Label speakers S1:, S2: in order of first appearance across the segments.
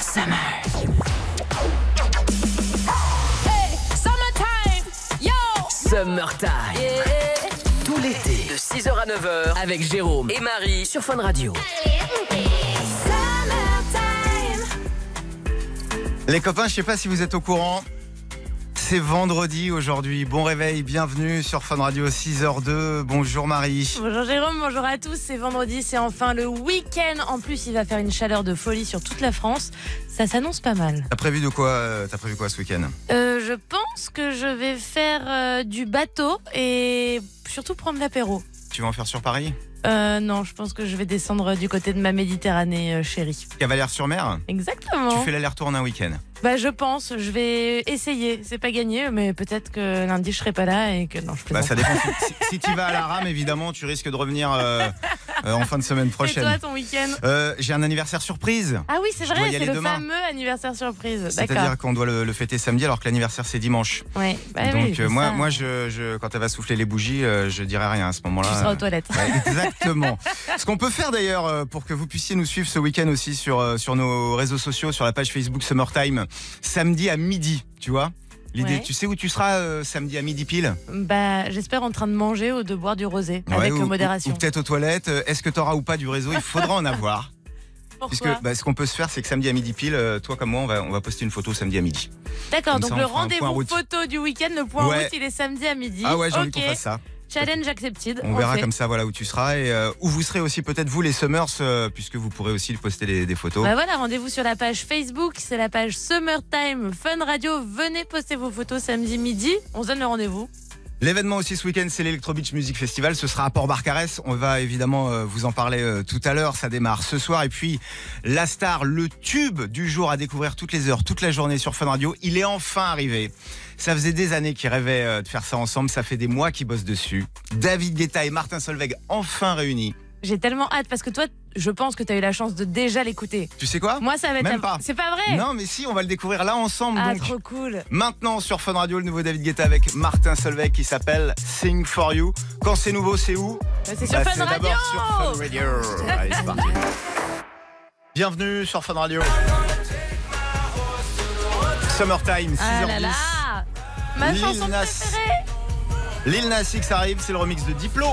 S1: Summer.
S2: Hey, summertime, yo,
S1: Summertime.
S2: yeah.
S1: Tout l'été. De 6h à 9h. Avec Jérôme et Marie sur Fun Radio.
S3: Les copains, je sais pas si vous êtes au courant. C'est vendredi aujourd'hui. Bon réveil, bienvenue sur Fun Radio 6h2. Bonjour Marie.
S4: Bonjour Jérôme, bonjour à tous. C'est vendredi, c'est enfin le week-end. En plus, il va faire une chaleur de folie sur toute la France. Ça s'annonce pas mal.
S3: T'as prévu de quoi euh, T'as prévu quoi ce week-end
S4: Euh, je pense que je vais faire euh, du bateau et surtout prendre l'apéro.
S3: Tu vas en faire sur Paris
S4: Euh, non, je pense que je vais descendre du côté de ma Méditerranée, euh, chérie.
S3: Cavalière-sur-Mer Tu
S4: Exactement.
S3: fais l'aller-retour en un week-end.
S4: Bah, je pense, je vais essayer. C'est pas gagné, mais peut-être que lundi je serai pas là et que non, je
S3: Bah
S4: plaisante.
S3: ça dépend. si si tu vas à la rame, évidemment, tu risques de revenir euh, euh, en fin de semaine
S4: et toi,
S3: prochaine.
S4: ton week-end
S3: Euh, J'ai un anniversaire surprise.
S4: Ah oui, c'est
S3: dois y
S4: vrai,
S3: aller
S4: c'est le
S3: demain.
S4: fameux anniversaire surprise. D'accord.
S3: C'est-à-dire qu'on doit le, le fêter samedi alors que l'anniversaire c'est dimanche.
S4: Ouais. Bah oui,
S3: Donc
S4: c'est
S3: euh, moi,
S4: ça.
S3: moi je, je- quand elle va souffler les bougies, euh, je dirai rien à ce
S4: tu
S3: moment-là.
S4: seras aux toilettes.
S3: Ouais, exactement. Ce qu'on peut faire d'ailleurs euh, pour que vous puissiez nous suivre ce week-end aussi sur, euh, sur nos réseaux sociaux, sur la page Facebook Summertime, samedi à midi, tu vois. L'idée,
S4: Ouais.
S3: tu sais où tu seras euh, samedi à midi pile
S4: Bah, j'espère en train de manger ou de boire du rosé avec
S3: Ouais, ou-
S4: modération.
S3: Ou, ou peut-être aux toilettes. Euh, Est-ce que tu auras ou pas du réseau Il faudra en avoir. Puisque
S4: Pourquoi
S3: bah, ce qu'on peut se faire, c'est que samedi à midi pile, euh, toi comme moi, on va, on va poster une photo samedi à midi.
S4: D'accord,
S3: comme
S4: donc
S3: ça, on
S4: le
S3: fera un point
S4: rendez-vous
S3: route.
S4: photo du week-end, le point
S3: Ouais.
S4: route, il est samedi à midi.
S3: Ah ouais, j'ai envie
S4: Ok.
S3: qu'on fasse ça.
S4: Challenge accepted.
S3: On, verra comme ça voilà où tu seras et euh, où vous serez aussi peut-être vous les Summers, euh, puisque vous pourrez aussi poster des, des photos.
S4: Bah voilà, rendez-vous sur la page Facebook, c'est la page Summertime Fun Radio. Venez poster vos photos samedi midi. On se donne le rendez-vous.
S3: L'événement aussi ce week-end, c'est l'Electro Beach Music Festival. Ce sera à Port-Barcarès. On va évidemment euh, vous en parler euh, tout à l'heure. Ça démarre ce soir. Et puis, la star, le tube du jour à découvrir toutes les heures, toute la journée sur Fun Radio, il est enfin arrivé. Ça faisait des années qu'ils rêvaient euh, de faire ça ensemble. Ça fait des mois qu'ils bossent dessus. David Guetta et Martin Solveig enfin réunis.
S4: J'ai tellement hâte parce que toi, je pense que t'as eu la chance de déjà l'écouter.
S3: Tu sais quoi
S4: Moi, ça va être.
S3: Même
S4: la-
S3: pas.
S4: C'est pas vrai
S3: Non, mais si, on va le découvrir là ensemble.
S4: Ah,
S3: donc.
S4: trop cool.
S3: Maintenant sur Fun Radio, le nouveau David Guetta avec Martin Solveig qui s'appelle Sing for You. Quand c'est nouveau, c'est où
S4: Bah, c'est sur
S3: Bah,
S4: Fun
S3: c'est
S4: Radio.
S3: d'abord sur Fun Radio. Allez, c'est parti. Bienvenue sur Fun Radio. Summertime, 6h10.
S4: Ah là là Ma
S3: Lil
S4: chanson
S3: Nas.
S4: préférée
S3: Lil Nas X arrive, c'est le remix de Diplo.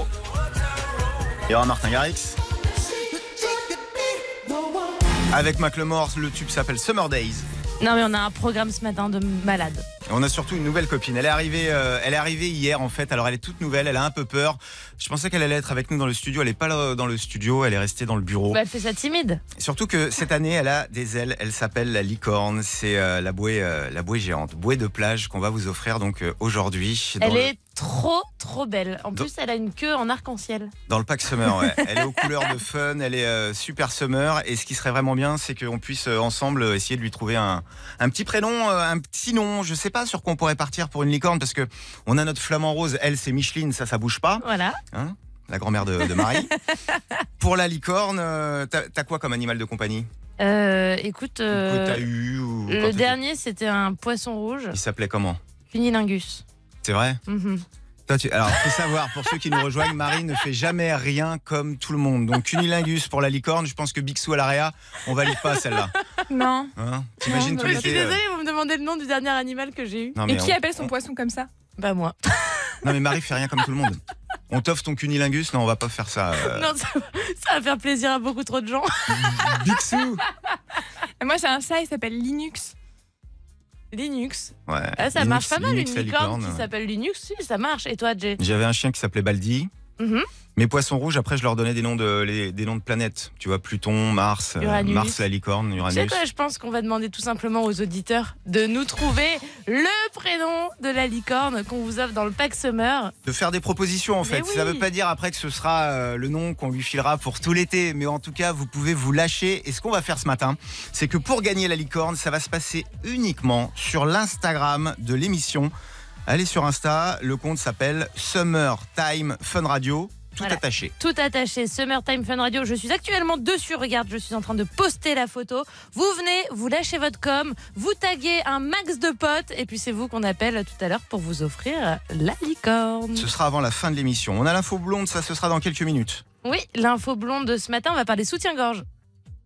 S3: Il y aura Martin Garrix. Avec Macklemore, le tube s'appelle Summer Days.
S4: Non mais on a un programme ce matin de malade.
S3: Et On a surtout une nouvelle copine. Elle est arrivée, euh, elle est arrivée hier en fait. Alors elle est toute nouvelle. Elle a un peu peur. Je pensais qu'elle allait être avec nous dans le studio. Elle n'est pas là dans le studio. Elle est restée dans le bureau.
S4: Bah, elle fait ça timide.
S3: Surtout que cette année, elle a des ailes. Elle s'appelle la licorne. C'est euh, la bouée, euh, la bouée géante, bouée de plage qu'on va vous offrir donc euh, aujourd'hui dans,
S4: Elle
S3: le-
S4: est trop trop belle. En
S3: Dans-
S4: plus, elle a une queue en arc-en-ciel.
S3: dans le pack summer. ouais. elle est aux couleurs de fun. Elle est euh, super summer. Et ce qui serait vraiment bien, c'est qu'on puisse euh, ensemble euh, essayer de lui trouver un, un petit prénom, euh, un petit nom. Je sais pas sur quoi on pourrait partir pour une licorne parce que on a notre flamant rose. Elle, c'est Micheline. Ça, ça bouge pas.
S4: Voilà.
S3: la grand-mère de, de Marie. Pour la licorne, euh, t'as t'as quoi comme animal de compagnie
S4: Euh, écoute,
S3: Ou
S4: euh,
S3: Que t'as eu ou quand
S4: le
S3: t'étais-
S4: dernier c'était un poisson rouge,
S3: Il s'appelait comment
S4: cunilingus.
S3: C'est vrai
S4: Mhm.
S3: Toi, tu... Alors, faut savoir, pour ceux qui nous rejoignent, Marie ne fait jamais rien comme tout le monde. Donc, cunilingus pour la licorne, je pense que Bixou à l'area, on valide pas celle-là.
S5: Non.
S3: Hein T'imagines
S5: Non,
S3: tout
S5: mais
S4: Je suis
S3: l'été euh,
S4: désolée, vous me demandez le nom du dernier animal que j'ai eu.
S3: Non,
S5: Et
S3: mais
S5: qui
S3: on-
S5: appelle son
S3: on-
S5: poisson comme ça
S4: Bah moi.
S3: Non, mais Marie fait rien comme tout le monde. On t'offre ton cunilingus, non, on va pas faire ça. euh,
S4: Non, ça, ça va faire plaisir à beaucoup trop de gens.
S3: Bixou
S5: Et Euh, Moi, j'ai un chat, il s'appelle Linux.
S4: Linux.
S3: Ouais.
S4: Ah, ça
S3: Linux-
S4: marche pas mal
S3: Linux,
S4: une
S3: la
S4: licorne,
S3: licorne,
S4: qui
S3: ouais.
S4: s'appelle Linux. Si, ça marche. Et toi, Jay
S3: J'avais un chien qui s'appelait Baldi.
S4: Mhm.
S3: Mes poissons rouges, après, je leur donnais des noms de, les- des noms de planètes. Tu vois, Pluton, Mars, euh,
S4: Uranus.
S3: Mars, la licorne,
S4: Tu sais
S3: Uranus.
S4: quoi, je pense qu'on va demander tout simplement aux auditeurs de nous trouver le prénom de la licorne qu'on vous offre dans le pack Summer.
S3: De faire des propositions, en
S4: Mais
S3: fait. Ça ne
S4: oui.
S3: veut pas dire après que ce sera euh, le nom qu'on lui filera pour tout l'été. Mais en tout cas, vous pouvez vous lâcher. Et ce qu'on va faire ce matin, c'est que pour gagner la licorne, ça va se passer uniquement sur l'Instagram de l'émission. Allez sur Insta, le compte s'appelle Summertime Fun Radio, tout
S4: Voilà.
S3: attaché.
S4: Tout attaché, Summertime Fun Radio. Je suis actuellement dessus, regarde, je suis en train de poster la photo. Vous venez, vous lâchez votre com, vous taguez un max de potes, et puis c'est vous qu'on appelle tout à l'heure pour vous offrir la licorne.
S3: Ce sera avant la fin de l'émission. On a l'info blonde, ça ce sera dans quelques minutes.
S4: Oui, l'info blonde de ce matin, on va parler soutien-gorge.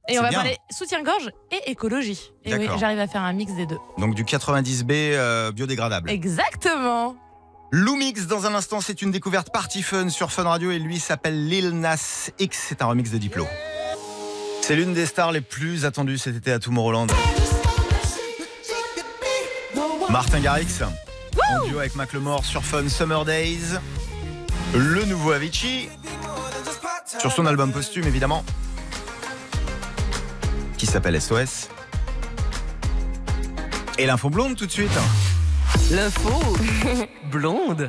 S4: Et on va
S3: bien.
S4: parler soutien-gorge et écologie. Et oui,
S3: D'accord.
S4: j'arrive à faire un mix des deux.
S3: Donc du 90B euh, biodégradable.
S4: Exactement.
S3: Lumix, dans un instant, c'est une découverte party fun sur Fun Radio et lui s'appelle Lil Nas X. C'est un remix de Diplo. C'est l'une des stars les plus attendues cet été à Tomorrowland. Martin Garrix, en duo avec Macklemore sur Fun Summer Days. Le nouveau Avicii, sur son album posthume évidemment, qui s'appelle SOS. Et l'info blonde tout de suite.
S1: L'info blonde.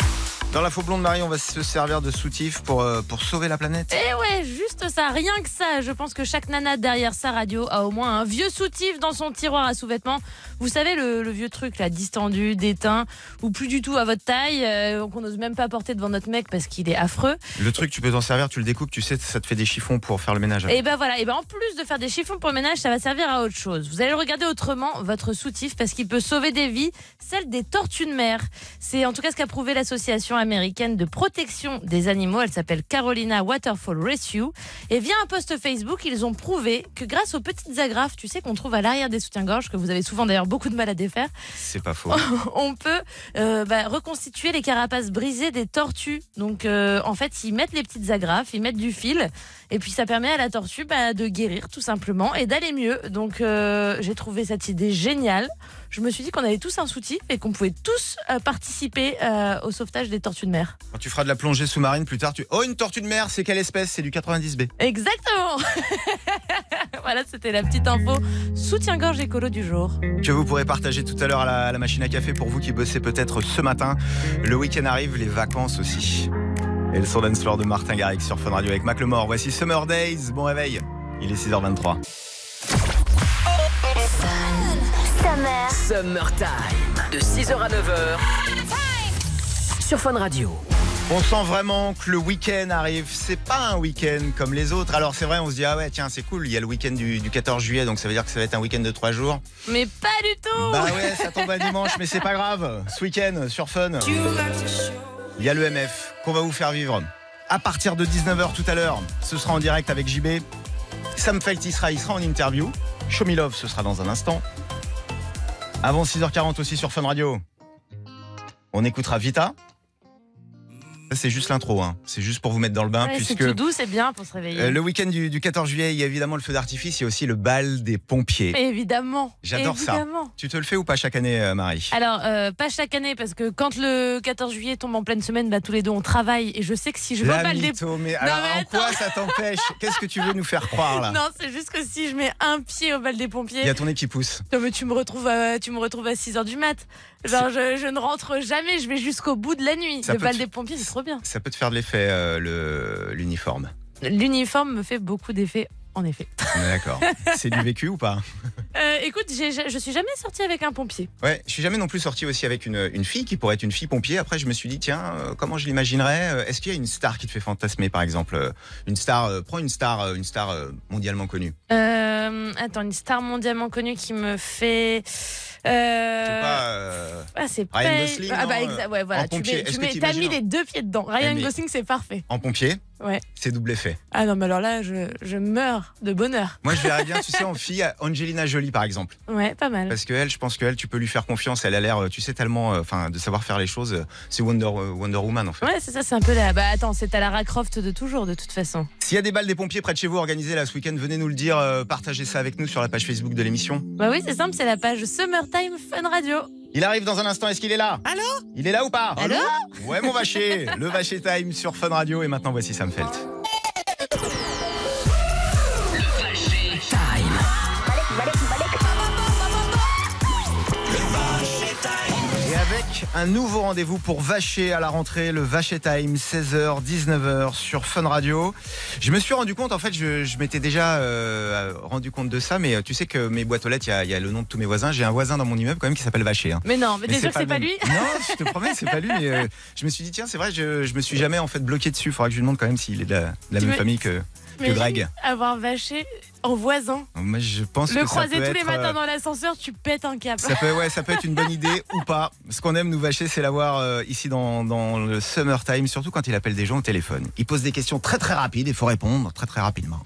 S3: Dans la faux blonde Marie, on va se servir de soutif pour, euh, pour sauver la planète.
S4: Et ouais, juste ça, rien que ça. Je pense que chaque nana derrière sa radio a au moins un vieux soutif dans son tiroir à sous-vêtements. Vous savez, le, le vieux truc là, distendu, déteint, ou plus du tout à votre taille, euh, qu'on n'ose même pas porter devant notre mec parce qu'il est affreux.
S3: Le truc, tu peux t'en servir, tu le découpes, tu sais, ça te fait des chiffons pour faire le ménage.
S4: Et ben voilà, et ben en plus de faire des chiffons pour le ménage, ça va servir à autre chose. Vous allez le regarder autrement, votre soutif, parce qu'il peut sauver des vies, celle des tortues de mer. C'est en tout cas ce qu'a prouvé l'association américaine de protection des animaux. Elle s'appelle Carolina Waterfall Rescue. Et via un post Facebook, ils ont prouvé que grâce aux petites agrafes, tu sais, qu'on trouve à l'arrière des soutiens-gorge, que vous avez souvent d'ailleurs beaucoup de mal à défaire,
S3: C'est pas faux.
S4: on peut euh, bah, reconstituer les carapaces brisées des tortues. Donc, euh, en fait, ils mettent les petites agrafes, ils mettent du fil, et puis ça permet à la tortue bah, de guérir tout simplement et d'aller mieux. Donc, euh, j'ai trouvé cette idée géniale. Je me suis dit qu'on avait tous un soutif et qu'on pouvait tous euh, participer euh, au sauvetage des tortues de mer.
S3: Quand tu feras de la plongée sous-marine plus tard, tu. Oh, une tortue de mer, c'est quelle espèce C'est du 90B.
S4: Exactement. voilà, c'était la petite info soutien-gorge écolo du jour.
S3: Que vous pourrez partager tout à l'heure à, la- à la machine à café pour vous qui bossez peut-être ce matin. Le week-end arrive, les vacances aussi. Et le son dance floor de Martin Garrix sur Fun Radio avec Mac Lemort. Voici Summer Days. Bon réveil. Il est 6h23.
S6: Summer.
S1: Summertime. De 6h à 9h. Sur Fun Radio.
S3: On sent vraiment que le week-end arrive. C'est pas un week-end comme les autres. Alors c'est vrai, on se dit ah ouais tiens c'est cool. Il y a le week-end du, du 14 juillet, donc ça veut dire que ça va être un week-end de trois jours.
S4: Mais pas du tout.
S3: Bah ouais, ça tombe à dimanche, mais c'est pas grave. Ce week-end sur Fun, il y a le MF qu'on va vous faire vivre. À partir de 19h tout à l'heure, ce sera en direct avec JB. Sam Felt il sera, il sera en interview. Show Me Love, ce sera dans un instant. Avant 6h40 aussi sur Fun Radio, on écoutera Vita. Ça, C'est juste l'intro, hein. c'est juste pour vous mettre dans le bain,
S4: Ouais, C'est
S3: puisque
S4: tout doux, c'est bien pour se réveiller.
S3: euh, le week-end du, du 14 juillet, il y a évidemment le feu d'artifice, il y a aussi le bal des pompiers.
S4: Évidemment.
S3: J'adore ça.
S4: Évidemment.
S3: Tu te le fais ou pas chaque année, euh, Marie
S4: Alors, euh, pas chaque année, parce que quand le 14 juillet tombe en pleine semaine, bah, tous les deux on travaille. Et je sais que si je mets
S3: La
S4: pas le dé-
S3: mytho, mais alors
S4: mais
S3: en quoi ça t'empêche Qu'est-ce que tu veux nous faire croire là
S4: Non, c'est juste que si je mets un pied au bal des pompiers,
S3: Il y a ton nez qui pousse.
S4: non, mais tu me retrouves à, tu me retrouves à 6h du mat. Genre, je, je ne rentre jamais, je vais jusqu'au bout de la nuit.
S3: Ça
S4: le
S3: peut
S4: bal
S3: te-
S4: des pompiers, c'est trop bien.
S3: Ça peut te faire de l'effet, euh, le- l'uniforme.
S4: L'uniforme me fait beaucoup d'effet, en effet.
S3: On est D'accord. C'est du vécu ou pas
S4: Euh, écoute, j'ai- j'ai- je suis jamais sortie avec un pompier.
S3: Ouais, je suis jamais non plus sorti aussi avec une, une fille qui pourrait être une fille pompier. Après, je me suis dit, tiens, euh, comment je l'imaginerais Euh, Est-ce qu'il y a une star qui te fait fantasmer, par exemple Euh, Une star, euh, prends une star, euh, une star euh, mondialement connue.
S4: Euh, attends, une star mondialement connue qui me fait. euh,
S3: Je sais pas, euh,
S4: Ah, c'est pas.
S3: Ryan Gosling,
S4: ah,
S3: non,
S4: bah,
S3: euh,
S4: exa- ouais, voilà.
S3: en
S4: Tu
S3: pompier.
S4: mets, tu
S3: Est-ce que
S4: mets- t'as mis
S3: t'imagines
S4: les deux pieds dedans. Ryan
S3: mais-
S4: Gosling, c'est parfait.
S3: en pompier,
S4: Ouais.
S3: c'est double effet.
S4: Ah non, mais alors là, je, je meurs de bonheur.
S3: Moi, je verrais bien, tu sais, en fille, Angelina Jolie, par exemple.
S4: Ouais, pas mal.
S3: Parce que elle, je pense qu'elle, tu peux lui faire confiance. Elle a l'air, euh, tu sais, tellement, euh, enfin, de savoir faire les choses. euh, C'est Wonder, euh, Wonder Woman, en fait.
S4: Ouais, c'est ça, c'est un peu la. Bah attends, c'est à Lara Croft de toujours, de toute façon.
S3: S'il y a des balles des pompiers près de chez vous organisées là ce week-end, venez nous le dire. euh, partagez ça avec nous sur la page Facebook de l'émission.
S4: Bah oui, c'est simple, c'est la page Summertime Fun Radio.
S3: Il arrive dans un instant. Est-ce qu'il est là Allô Il est là ou pas
S4: Allô
S3: Ouais, mon vacher. le vacher time sur Fun Radio. Et maintenant, voici Sam Felt.
S1: Time.
S3: Et avec un nouveau rendez-vous pour Vacher à la rentrée, le Vacher Time, 16h, 19h sur Fun Radio. Je me suis rendu compte, en fait, je, je m'étais déjà euh, rendu compte de ça, mais euh, tu sais que mes boîtes aux lettres, il y a- il y, a le nom de tous mes voisins. J'ai un voisin dans mon immeuble quand même qui s'appelle Vacher. hein.
S4: Mais non, mais, t'es
S3: Mais
S4: sûr que c'est pas
S3: le
S4: lui
S3: même. Non, je te promets, c'est pas lui. Mais euh, je me suis dit, tiens, c'est vrai, je, je me suis jamais en fait bloqué dessus. Faudra que je lui demande quand même s'il est de la, de la
S4: Tu
S3: même
S4: me-
S3: famille que, que
S4: Imagine
S3: Greg.
S4: Avoir vaché en voisin.
S3: Moi, je pense
S4: Le
S3: que ça
S4: croiser tous
S3: peut
S4: les
S3: être,
S4: matins
S3: euh,
S4: dans l'ascenseur, tu pètes un câble.
S3: Ça peut, ouais, ça peut être une bonne idée ou pas. Ce qu'on aime nous vacher, c'est l'avoir euh, ici dans, dans le summertime, surtout quand il appelle des gens au téléphone. Il pose des questions très très rapides et faut répondre très très rapidement.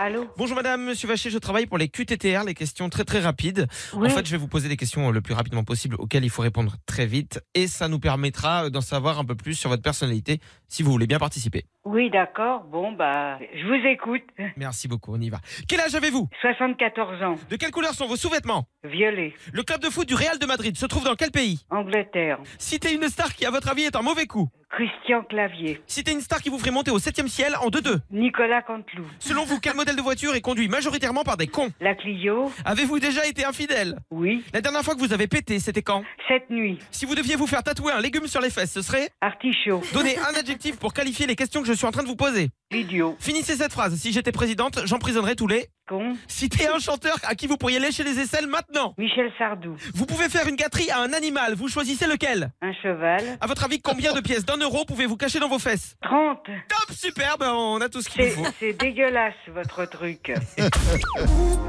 S7: Allô
S8: Bonjour madame, monsieur Vacher, je travaille pour les QTTR, les questions très très rapides.
S7: Oui,
S8: En fait, je vais vous poser des questions euh, le plus rapidement possible auxquelles il faut répondre très vite et ça nous permettra euh, d'en savoir un peu plus sur votre personnalité si vous voulez bien participer.
S7: oui d'accord. Bon, bah, je vous écoute.
S8: Merci beaucoup, on y va. Quel âge avez-vous
S7: 74 ans,
S8: De quelle couleur sont vos sous-vêtements
S7: violet,
S8: Le club de foot du Real de Madrid se trouve dans quel pays
S7: Angleterre,
S8: Citez une star qui à votre avis est un mauvais coup.
S7: Christian Clavier,
S8: Citez une star qui vous ferait monter au 7 ciel en 2-2.
S7: Nicolas Canteloup,
S8: Selon vous, quel modèle de voiture est conduit majoritairement par des cons
S7: la Clio,
S8: Avez-vous déjà été infidèle
S7: oui,
S8: La dernière fois que vous avez pété, c'était quand
S7: cette nuit,
S8: Si vous deviez vous faire tatouer un légume sur les fesses, ce serait
S7: artichaut,
S8: Donnez un adjectif pour qualifier les questions que je suis en train de vous poser.
S7: idiot,
S8: Finissez cette phrase. Si j'étais présidente, j'emprisonnerais tous les.
S7: con,
S8: Citez un chanteur à qui vous pourriez lécher les aisselles maintenant.
S7: Michel Sardou,
S8: Vous pouvez faire une gâterie à un animal. Vous choisissez lequel
S7: un cheval,
S8: À votre avis, combien de pièces d'un euro pouvez-vous cacher dans vos fesses
S7: 30.
S8: Top, superbe, on a tout ce qu'il nous
S7: C'est
S8: faut.
S7: c'est dégueulasse votre truc.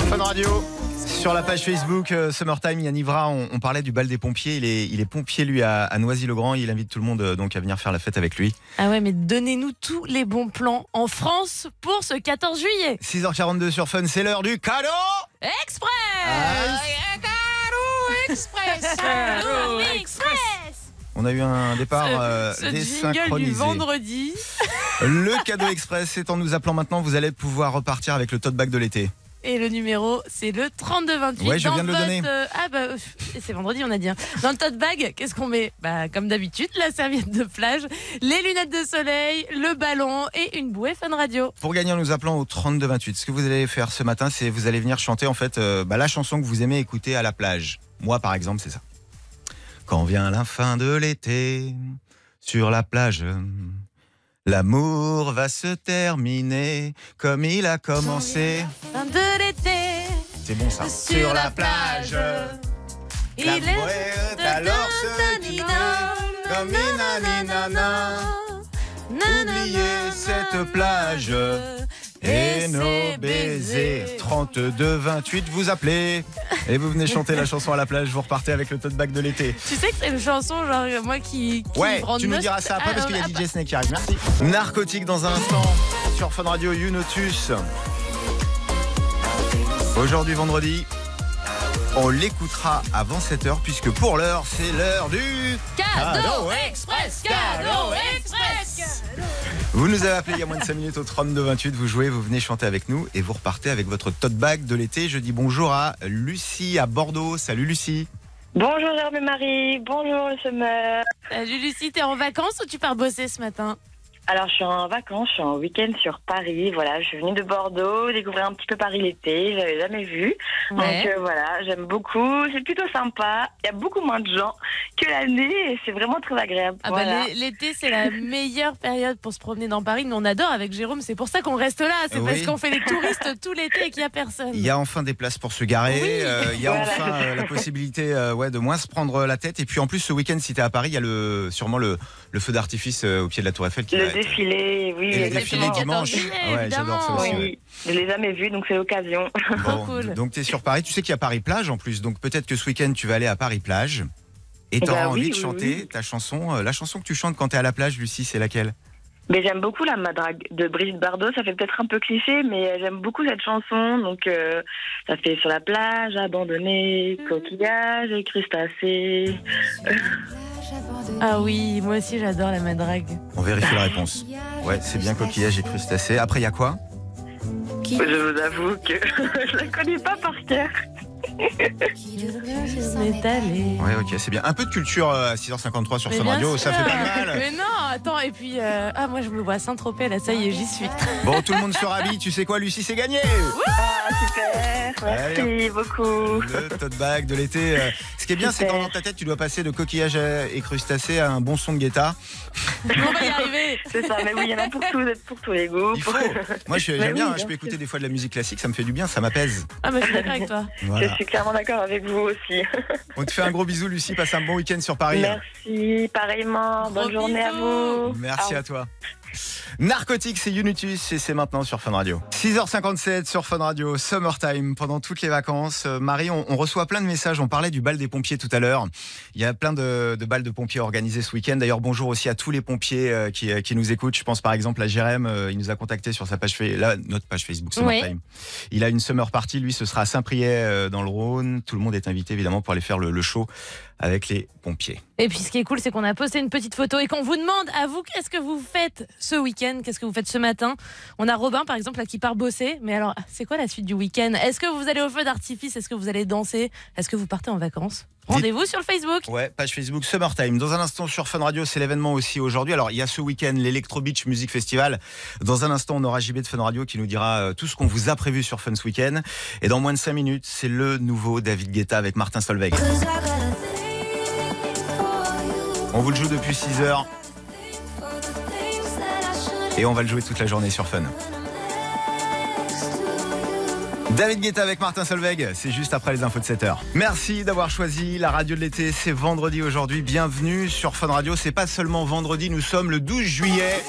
S3: Fun Radio. Sur la page Facebook euh, Summertime, Yann Ivra, on, on parlait du bal des pompiers. Il est, il est pompier, lui, à, à Noisy-le-Grand. Il invite tout le monde euh, donc à venir faire la fête avec lui.
S4: Ah ouais, mais donnez-nous tous les bons plans en France pour ce 14 juillet.
S3: 6h42 sur Fun, c'est l'heure du cadeau
S4: Express
S3: Ah,
S2: Express.
S3: Euh,
S4: Express
S3: On a eu un départ euh,
S4: Ce jingle du
S3: désynchronisé.
S4: vendredi.
S3: Le cadeau express, c'est en nous appelant maintenant, vous allez pouvoir repartir avec le tote bag de l'été.
S4: Et le numéro, c'est le 3228.
S3: Ouais, je
S4: Dans
S3: viens de le
S4: votre,
S3: donner.
S4: euh, ah bah, pff, c'est vendredi, on a dit. hein. Dans le tote bag, qu'est-ce qu'on met Bah, comme d'habitude, la serviette de plage, les lunettes de soleil, le ballon et une bouée fan radio.
S3: Pour gagner en nous appelant au 3228, ce que vous allez faire ce matin, c'est vous allez venir chanter en fait euh, bah, la chanson que vous aimez écouter à la plage. Moi, par exemple, c'est ça. Quand vient la fin de l'été, sur la plage, l'amour va se terminer comme il a commencé.
S4: Fin de l'été,
S3: C'est bon ça.
S4: sur la plage, il
S3: la
S4: est
S3: poète
S4: de
S3: alors se
S4: Tanina.
S3: quitter comme une nanana.
S4: Nanana.
S3: Oubliez cette plage Et nos baisers 32 28 vous appelez et vous venez chanter la chanson à la plage vous repartez avec le tote bag de l'été.
S4: Tu sais que c'est une chanson, genre, euh, moi qui. qui
S3: Ouais,
S4: me rend
S3: tu nous
S4: nost-
S3: diras ça après
S4: Ah,
S3: parce qu'il y
S4: ah,
S3: a DJ Snake qui arrive. Merci. Narcotique dans un instant sur Fun Radio You Notus. Aujourd'hui vendredi, on l'écoutera avant 7h puisque pour l'heure, c'est l'heure du
S4: ah, Cadeau
S3: Cadeau
S4: Express Cadeau Express
S3: Vous nous avez appelé il y a moins de 5 minutes au 32 28, vous jouez, vous venez chanter avec nous et vous repartez avec votre tote bag de l'été. Je dis bonjour à Lucie à Bordeaux. Salut Lucie.
S9: Bonjour Germaine-Marie, bonjour le summer.
S4: Salut Lucie, t'es en vacances ou tu pars bosser ce matin
S9: Alors je suis en vacances, je suis en week-end sur Paris. Voilà, je suis venue de Bordeaux, découvrir un petit peu Paris l'été, je l'avais jamais vu. Donc euh, voilà, j'aime beaucoup, c'est plutôt sympa. Il y a beaucoup moins de gens que l'année et c'est vraiment très agréable.
S4: Ah bah,
S9: voilà.
S4: l'é- l'été c'est la meilleure période pour se promener dans Paris. Nous on adore avec Jérôme, c'est pour ça qu'on reste là. C'est
S3: Oui.
S4: parce qu'on fait les touristes tout l'été et qu'il n'y a personne.
S3: Il y a enfin des places pour se garer,
S4: Oui.
S3: euh, il y a
S9: Voilà.
S3: enfin euh, la possibilité euh, ouais, de moins se prendre la tête. Et puis en plus, ce week-end, si t'es à Paris, il y a le, sûrement le, le feu d'artifice euh, au pied de la Tour Eiffel qui va
S9: Le
S3: être-
S9: défilé, oui,
S3: Et le
S9: exactement.
S3: défilé
S4: exactement.
S3: dimanche.
S4: Le 14 juillet,
S3: ouais, j'adore ça aussi.
S4: évidemment.
S3: ouais.
S9: Oui, je l'ai jamais vu, donc c'est l'occasion.
S3: Bon,
S4: cool.
S3: Donc t'es sur Paris, tu sais qu'il y a Paris plage en plus, donc peut-être que ce week-end tu vas aller à Paris plage et
S9: Bah
S3: t'auras
S9: oui,
S3: envie de
S9: oui,
S3: chanter
S9: oui.
S3: ta chanson, euh, la chanson que tu chantes quand t'es à la plage, Lucie, c'est laquelle
S9: Mais j'aime beaucoup la madrague de Brigitte Bardot. Ça fait peut-être un peu cliché, mais j'aime beaucoup cette chanson. Donc, euh, ça fait sur la plage, abandonnée, coquillages et crustacés.
S4: Ah oui, moi aussi j'adore la madrague.
S3: On vérifie la réponse. Ouais, c'est bien coquillage et crustacés. Après, il y a quoi
S9: Je vous avoue que je la connais pas par cœur.
S4: On est allé.
S3: Ouais, ok, c'est bien. Un peu de culture euh, à 6h53 sur
S4: Mais
S3: Fun
S4: bien
S3: Radio, ça
S4: sûr.
S3: fait pas mal.
S4: Mais non, attends, et puis. euh, ah, moi je me vois à Saint-Tropez là, ça y est, j'y suis.
S3: Bon, tout le monde se rhabille, tu sais quoi, Lucie, c'est gagné
S9: Ah, super. Merci beaucoup.
S3: Le tote bag de l'été. euh, Ce qui est bien, c'est
S9: Super.
S3: quand dans ta tête, tu dois passer de coquillage euh, et crustacés à un bon son de guetta.
S4: On va y arriver.
S9: C'est ça. Mais oui, il y en a pour tous, pour tous les goûts.
S3: Il faut.
S9: pour-
S3: Moi, je-
S9: Mais
S3: j'aime
S9: Bah oui,
S3: bien, hein,
S9: bien
S3: je peux
S9: sûr.
S3: écouter des fois de la musique classique, ça me fait du bien, ça m'apaise.
S4: Ah, mais je suis d'accord avec toi.
S9: Je
S3: Voilà.
S9: suis clairement d'accord avec vous aussi.
S3: On te fait un gros bisou, Lucie. Passe un bon week-end sur Paris.
S9: Merci, pareillement.
S4: Gros
S9: Bonne journée à
S4: bisous.
S9: vous.
S3: Merci
S9: Au
S3: à toi. Narcotics et Unitus, et c'est maintenant sur Fun Radio. 6h57 sur Fun Radio, Summertime, pendant toutes les vacances. Euh, Marie, on, on reçoit plein de messages. On parlait du bal des pompiers tout à l'heure. Il y a plein de, de balles de pompiers organisées ce week-end. D'ailleurs, bonjour aussi à tous les pompiers euh, qui, euh, qui nous écoutent. Je pense par exemple à Jérém, euh, il nous a contacté sur sa page, fa- là, notre page Facebook Summertime. Il a une summer party, lui, ce sera à Saint-Priest euh, dans le Rhône. Tout le monde est invité évidemment pour aller faire le- le show avec les pompiers.
S4: Et puis ce qui est cool, c'est qu'on a posté une petite photo et qu'on vous demande à vous qu'est-ce que vous faites ce week-end, qu'est-ce que vous faites ce matin. On a Robin par exemple là qui part bosser, mais alors c'est quoi la suite du week-end Est-ce que vous allez au feu d'artifice Est-ce que vous allez danser Est-ce que vous partez en vacances Rendez-vous sur le Facebook.
S3: Ouais, page Facebook Summertime. Dans un instant sur Fun Radio, c'est l'événement aussi aujourd'hui. Alors, il y a ce week-end l'Electro Beach Music Festival. Dans un instant, on aura JB de Fun Radio qui nous dira euh, tout ce qu'on vous a prévu sur Fun ce week-end. Et dans moins de 5 minutes, c'est le nouveau David Guetta avec Martin Solveig. On vous le joue depuis 6 heures et on va le jouer toute la journée sur Fun. David Guetta avec Martin Solveig, c'est juste après les infos de 7h. Merci d'avoir choisi la radio de l'été, c'est vendredi aujourd'hui, bienvenue sur Fun Radio, c'est pas seulement vendredi, nous sommes le 12 juillet.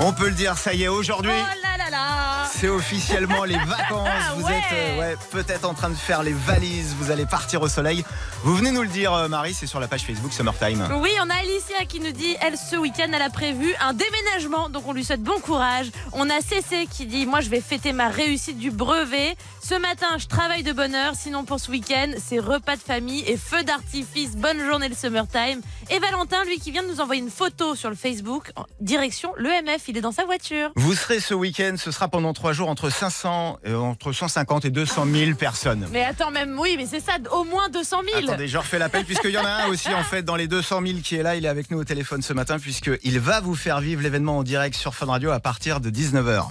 S3: On peut le dire, ça y est, aujourd'hui,
S4: Oh là là là
S3: c'est officiellement les vacances, vous
S4: Ouais.
S3: êtes euh, ouais, peut-être en train de faire les valises, vous allez partir au soleil. Vous venez nous le dire euh, Marie, c'est sur la page Facebook Summertime.
S4: Oui, on a Alicia qui nous dit, elle, ce week-end, elle a prévu un déménagement, donc on lui souhaite bon courage. On a CC qui dit, moi, je vais fêter ma réussite du brevet. Ce matin, je travaille de bonne heure, sinon pour ce week-end, c'est repas de famille et feu d'artifice. Bonne journée le summertime. Et Valentin, lui, qui vient de nous envoyer une photo sur le Facebook, en direction l'EMF, il est dans sa voiture.
S3: Vous serez ce week-end, ce sera pendant 3 jours entre 500, euh, entre 150 et 200 000 personnes.
S4: Mais attends, même, oui, mais c'est ça, au moins 200 000.
S3: Attendez, je refais l'appel puisqu'il y en a un aussi en fait dans les 200 000 qui est là. Il est avec nous au téléphone ce matin puisqu'il va vous faire vivre l'événement en direct sur Fun Radio à partir de 19h.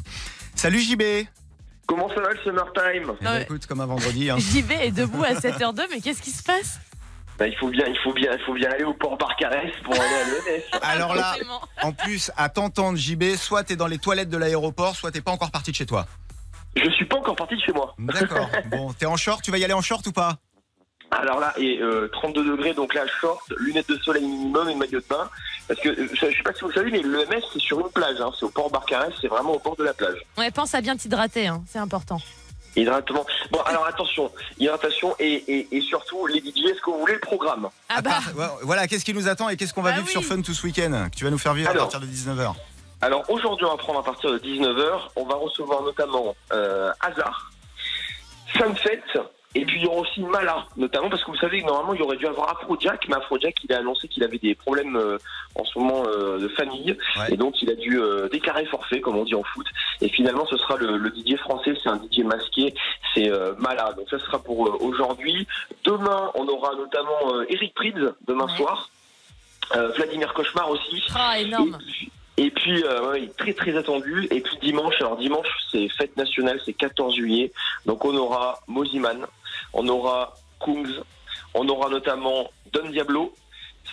S3: Salut JB Eh
S10: Comment ça va le summertime
S3: ben,
S4: ouais.
S3: Écoute, comme un vendredi. hein.
S4: JV est debout à 7h02, mais qu'est-ce qui se passe
S10: bah, il faut bien, il faut bien, il faut bien aller au port Barcarès pour aller à l'ENS.
S3: Alors là,
S4: Vraiment.
S3: en plus, à t'entendre JB, soit t'es dans les toilettes de l'aéroport, soit t'es pas encore parti de chez toi.
S10: Je suis pas encore parti de chez moi.
S3: D'accord. Bon, t'es en short, tu vas y aller en short ou pas
S10: Alors là, et euh, 32 degrés, donc là, short, lunettes de soleil minimum et maillot de bain. Parce que euh, je je sais pas si vous savez, mais l'EMS c'est sur une plage, hein, c'est au port Barcarès, c'est vraiment au port de la plage.
S4: Ouais, pense à bien t'hydrater, hein, c'est important.
S10: Hydratement. Bon, alors attention, hydratation et, et, et surtout les DJ, est-ce que vous voulez le programme
S4: Ah
S3: À
S4: bah,
S3: part- ouais, Voilà, qu'est-ce qui nous attend et qu'est-ce qu'on va
S4: Bah
S3: vivre
S4: oui.
S3: sur Fun tout ce week-end que tu vas nous faire vivre à
S10: Alors.
S3: partir de 19h
S10: Alors aujourd'hui, on va prendre à partir de 19h. On va recevoir notamment euh, Hazard, Sunset, et puis il y aura aussi Mala, notamment parce que vous savez que normalement il y aurait dû avoir Afrojack, mais Afrojack il a annoncé qu'il avait des problèmes euh, en ce moment euh, de famille,
S3: Ouais.
S10: et donc il a dû euh, déclarer forfait, comme on dit en foot. Et finalement, ce sera le, le DJ français, c'est un DJ masqué, c'est euh, Mala. Donc ça sera pour euh, aujourd'hui. Demain, on aura notamment euh, Eric Prydz, demain
S4: Ouais.
S10: soir. Euh, Vladimir Cauchemar aussi.
S4: ah, énorme.
S10: Et puis- Et puis, euh, ouais, très très attendu. Et puis dimanche, alors dimanche, c'est fête nationale, c'est 14 juillet. Donc on aura Moziman, on aura Kungs, on aura notamment Don Diablo,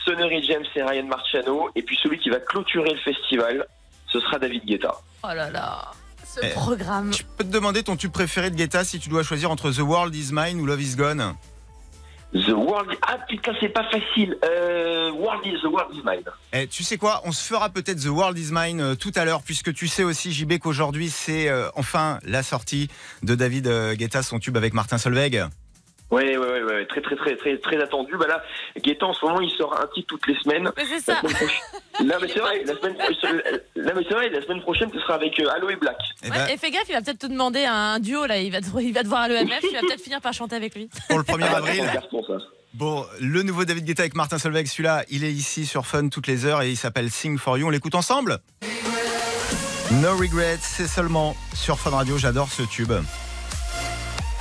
S10: Sonnery James et Ryan Marciano. Et puis celui qui va clôturer le festival, ce sera David Guetta.
S4: Oh là là, ce
S3: Eh.
S4: programme.
S3: Je peux te demander ton tube préféré de Guetta si tu dois choisir entre The World Is Mine ou Love Is Gone
S10: The World. Ah putain, c'est pas facile. Euh, world is the World is mine.
S3: Eh, tu sais quoi On se fera peut-être The World Is Mine euh, tout à l'heure, puisque tu sais aussi, JB, qu'aujourd'hui, c'est euh, enfin la sortie de David euh, Guetta, son tube avec Martin Solveig.
S10: Ouais, ouais, ouais, ouais, très très très très très attendu. Bah là, Guetta en ce moment, il sort un titre toutes les semaines.
S4: Mais c'est ça.
S10: La semaine
S3: Eh
S10: prochaine- Là, mais c'est vrai, la semaine, là, mais c'est vrai, la semaine prochaine, ce sera avec euh, Aloe Black.
S3: Eh ben,
S4: Ouais, et fais gaffe, il va peut-être te demander un duo là. Il va te, il va te voir à l'EMF, tu vas peut-être finir par chanter avec lui.
S3: pour le 1er
S10: Ah, c'est un
S3: avril.
S10: carton, ça.
S3: Bon, le nouveau David Guetta avec Martin Solveig, celui-là, il est ici sur Fun toutes les heures et il s'appelle Sing For You. On l'écoute ensemble No Regrets, c'est seulement sur Fun Radio. J'adore ce tube.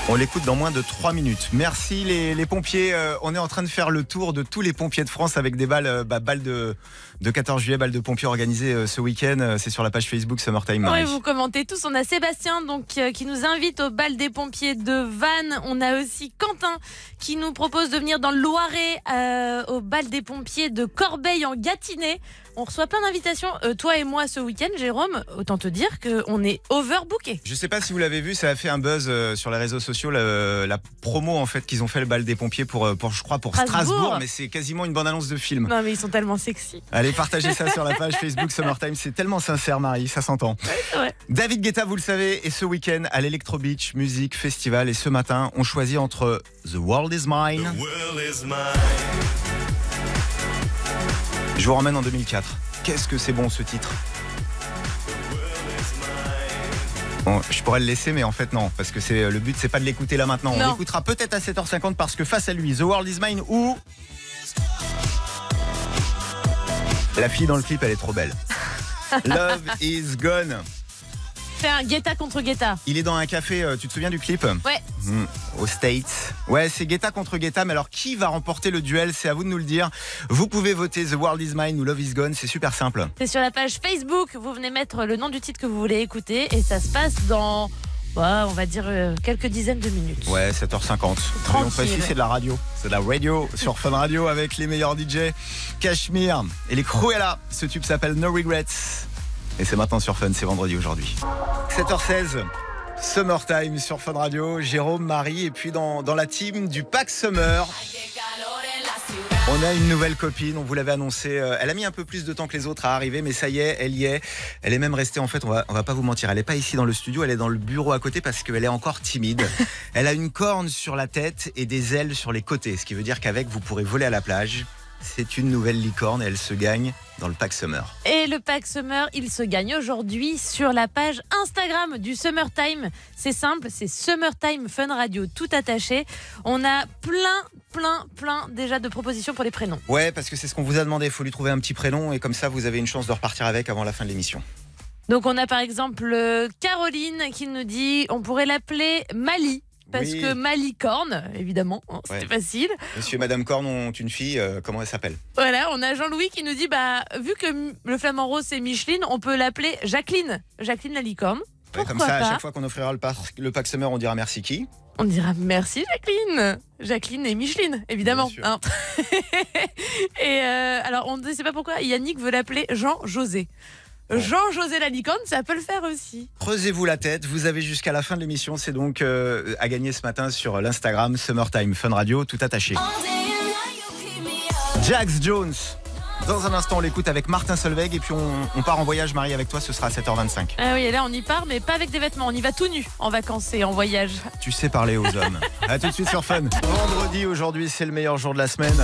S3: On l'écoute dans moins de 3 minutes. Merci les, les pompiers. Euh, on est en train de faire le tour de tous les pompiers de France avec des balles, euh, bah, balles de, de 14 juillet, balles de pompiers organisées euh, ce week-end. Euh, C'est sur la page Facebook Summertime
S4: Ouais,
S3: Marie.
S4: vous commentez tous. On a Sébastien donc euh, qui nous invite au bal des pompiers de Vannes. On a aussi Quentin qui nous propose de venir dans le Loiret euh, au bal des pompiers de Corbeil en Gâtinais. on reçoit plein d'invitations, euh, toi et moi, ce week-end, Jérôme. Autant te dire qu'on est overbooké.
S3: Je sais pas si vous l'avez vu, ça a fait un buzz euh, sur les réseaux sociaux la, la promo en fait qu'ils ont fait le bal des pompiers pour, euh, pour je crois pour Strasbourg,
S4: Strasbourg,
S3: mais c'est quasiment une bande annonce de film.
S4: Non, mais ils sont tellement sexy.
S3: Allez partagez ça sur la page Facebook Summertime, c'est tellement sincère Marie, ça s'entend.
S4: ouais.
S3: David Guetta, vous le savez, et ce week-end à l'Electro Beach Music Festival et ce matin on choisit entre The World Is Mine. Je vous ramène en 2004. Qu'est-ce que c'est bon ce titre Bon, je pourrais le laisser, mais en fait non, parce que c'est euh, le but, c'est pas de l'écouter là maintenant. On
S4: Non.
S3: l'écoutera peut-être à 7h50 parce que face à lui, The World Is Mine ou la fille dans le clip, elle est trop belle. Love is gone.
S4: C'est un guetta contre guetta.
S3: Il est dans un café. euh, Tu te souviens du clip
S4: Ouais.
S3: Hmm, aux States. Ouais, c'est Guetta contre Guetta, mais alors qui va remporter le duel C'est à vous de nous le dire. Vous pouvez voter The World Is Mine ou Love Is Gone, c'est super simple.
S4: C'est sur la page Facebook. Vous venez mettre le nom du titre que vous voulez écouter et ça se passe dans, bah, on va dire, euh, quelques dizaines de minutes.
S3: Ouais, 7h50. Soyons
S4: Tranquille.
S3: précis, c'est de la radio. C'est de la radio sur Fun Radio avec les meilleurs DJ, Cachemire et les Cruella. Ce tube s'appelle No Regrets. Et c'est maintenant sur Fun, c'est vendredi aujourd'hui. 7h16. Summertime sur Fun Radio, Jérôme, Marie et puis dans, dans la team du Pack Summer. On a une nouvelle copine, on vous l'avait annoncé. euh, Elle a mis un peu plus de temps que les autres à arriver, mais ça y est, elle y est. Elle est même restée, en fait, on va, on va pas vous mentir, elle est pas ici dans le studio, elle est dans le bureau à côté parce qu'elle est encore timide. Elle a une corne sur la tête et des ailes sur les côtés, ce qui veut dire qu'avec, vous pourrez voler à la plage. C'est une nouvelle licorne et elle se gagne dans le pack summer.
S4: Et le pack Summer, il se gagne aujourd'hui sur la page Instagram du Summertime. C'est simple, c'est Summertime Fun Radio, tout attaché. On a plein, plein, plein déjà de propositions pour les prénoms.
S3: Ouais, parce que c'est ce qu'on vous a demandé, il faut lui trouver un petit prénom et comme ça, vous avez une chance de repartir avec avant la fin de l'émission.
S4: Donc on a par exemple euh, Caroline qui nous dit on pourrait l'appeler Mali. Parce
S3: Oui.
S4: que Malicorne, évidemment, hein, c'était
S3: Ouais.
S4: facile.
S3: Monsieur et Madame Corne ont une fille, euh, comment elle s'appelle
S4: Voilà, on a Jean-Louis qui nous dit bah vu que m- le flamant rose c'est Micheline, on peut l'appeler Jacqueline, Jacqueline la licorne.
S3: Ouais, Comme
S4: Pourquoi
S3: ça, à
S4: pas
S3: chaque fois qu'on offrira le pack, le pack summer, on dira merci qui
S4: On dira merci Jacqueline. Jacqueline et Micheline, évidemment.
S3: Bien sûr.
S4: hein. et euh, alors, on ne sait pas pourquoi Yannick veut l'appeler Jean-José. Jean-José la licorne, ça peut le faire aussi.
S3: Creusez-vous la tête, vous avez jusqu'à la fin de l'émission, c'est donc euh, à gagner ce matin sur l'Instagram Summertime Fun Radio, tout attaché. Jax Jones, dans un instant on l'écoute avec Martin Solveig et puis on, on part en voyage Marie avec toi, ce sera à 7h25.
S4: Ah oui, et là on y part, mais pas avec des vêtements, on y va tout nu en vacances et en voyage.
S3: Tu sais parler aux hommes. à tout de suite sur Fun. Vendredi aujourd'hui c'est le meilleur jour de la semaine.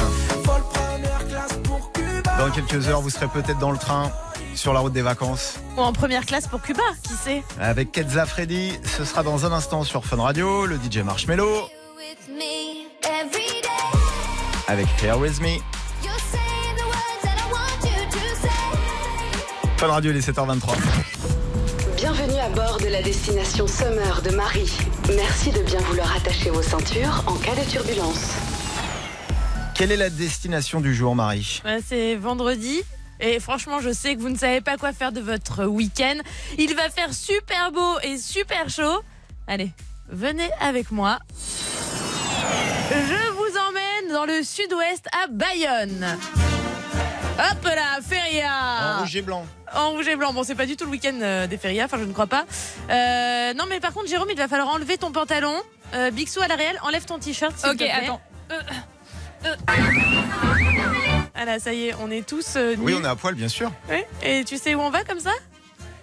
S3: Dans quelques heures vous serez peut-être dans le train, sur la route des vacances.
S4: Ou en première classe pour Cuba, qui sait
S3: Avec Ketza Freddy, ce sera dans un instant sur Fun Radio, le DJ Marshmello, avec Claire With Me. Fun Radio, il est 7h23.
S11: Bienvenue à bord de la destination Summer de Marie. Merci de bien vouloir attacher vos ceintures en cas de turbulence.
S3: Quelle est la destination du jour, Marie
S4: Ouais, c'est vendredi. Et franchement, je sais que vous ne savez pas quoi faire de votre week-end. Il va faire super beau et super chaud. Allez, venez avec moi. Je vous emmène dans le sud-ouest à Bayonne. Hop là, Feria
S3: En rouge et blanc.
S4: en rouge et blanc. Bon, c'est pas du tout le week-end euh, des férias, enfin, je ne crois pas. Euh, non, mais par contre, Jérôme, il va falloir enlever ton pantalon. Euh, Bixou à la réelle, enlève ton t-shirt. s'il
S5: Ok,
S4: te plaît.
S5: attends.
S4: Voilà, Ah ça y est, on est tous euh, nus.
S3: Oui, on est à poil, bien sûr.
S4: Ouais. Et tu sais où on va comme ça